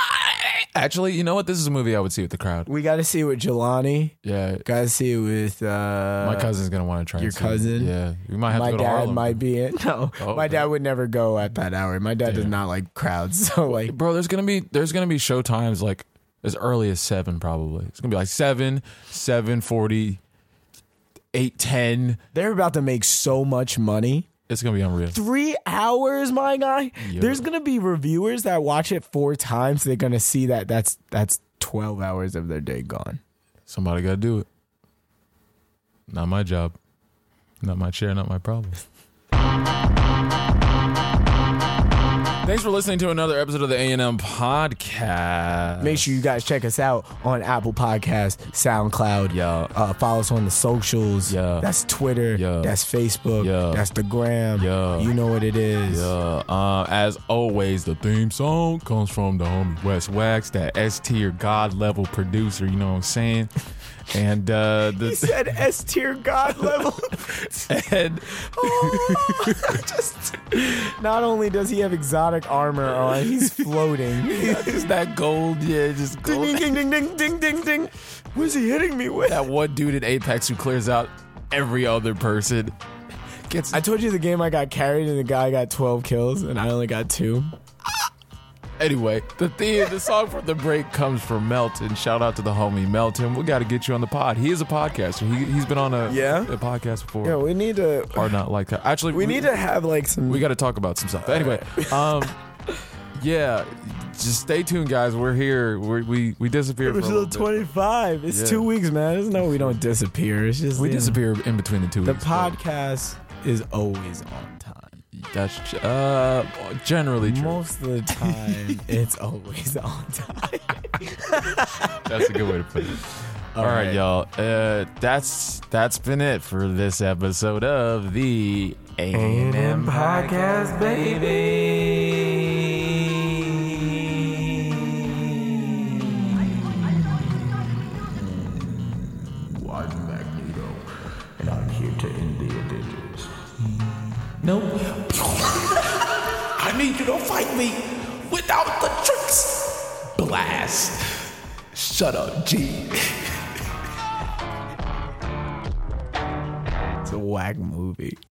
Actually, you know what? This is a movie I would see with the crowd.
we got to see it with Jelani.
Yeah,
Got to see it with uh,
my cousin's gonna want to try.
your
and see it.
cousin?
Yeah, we might have
My
to go to
dad
Harlem.
might be in. No,
Oh,
my dad
okay.
would never go at that hour. My dad does
Damn.
not like crowds. <laughs> So like,
Bro, there's gonna be there's gonna be show times like as early as seven probably. It's gonna be like seven, seven forty, eight ten.
they're about to make so much money.
It's gonna be unreal.
Three hours, my guy.
Yo.
There's gonna be reviewers that watch it four times. They're gonna see that that's that's twelve hours of their day gone.
Somebody gotta do it. Not my job. Not my chair, not my problem. Thanks for listening to another episode of the A&M podcast.
Make sure you guys check us out on Apple Podcasts, SoundCloud.
Yeah.
Uh, follow us on the socials.
Yeah.
That's Twitter.
Yeah.
That's Facebook.
Yeah.
That's the gram.
Yeah.
You know what it is.
Uh, uh, as always, the theme song comes from the homie Wes Wax, that S tier god level producer. You know what I'm saying? And uh,
He
the
said S tier God level.
<laughs> and
Oh, <laughs> just not only does he have exotic armor on, <laughs> he's floating.
<laughs> it's that gold, yeah, just
ding
gold.
ding ding ding ding ding ding ding. What is he hitting me with?
that one dude at Apex who clears out every other person gets.
I told you the game I got carried and the guy got 12 kills and I only got two.
Anyway, the theme, the song from the break comes from Melton. Shout out to the homie Melton. We got to get you on the pod. He is a podcaster. He he's been on a
Yeah?
a podcast before.
Yo, we need to
Or not like that. Actually,
we need to have like some
we got to talk about some stuff. Anyway, um, yeah, just stay tuned, guys. We're here. We're, we we disappear. For a
Episode
little bit.
25. It's
Yeah.
two weeks, man. It's no, we don't disappear. It's just
We
you know,
disappear in between the two.
The
weeks, but
podcast is always on time.
That's uh generally true.
Most of the <laughs> time, it's always on time.
That's a good way to put it. All right,
right.
y'all. Uh, that's that's been it for this episode of the A and M podcast, baby.
Wise Magneto, and I'm here to end the Avengers.
No,
<laughs> I need you to fight me without the tricks. Blast. Shut up, G.
It's a whack movie.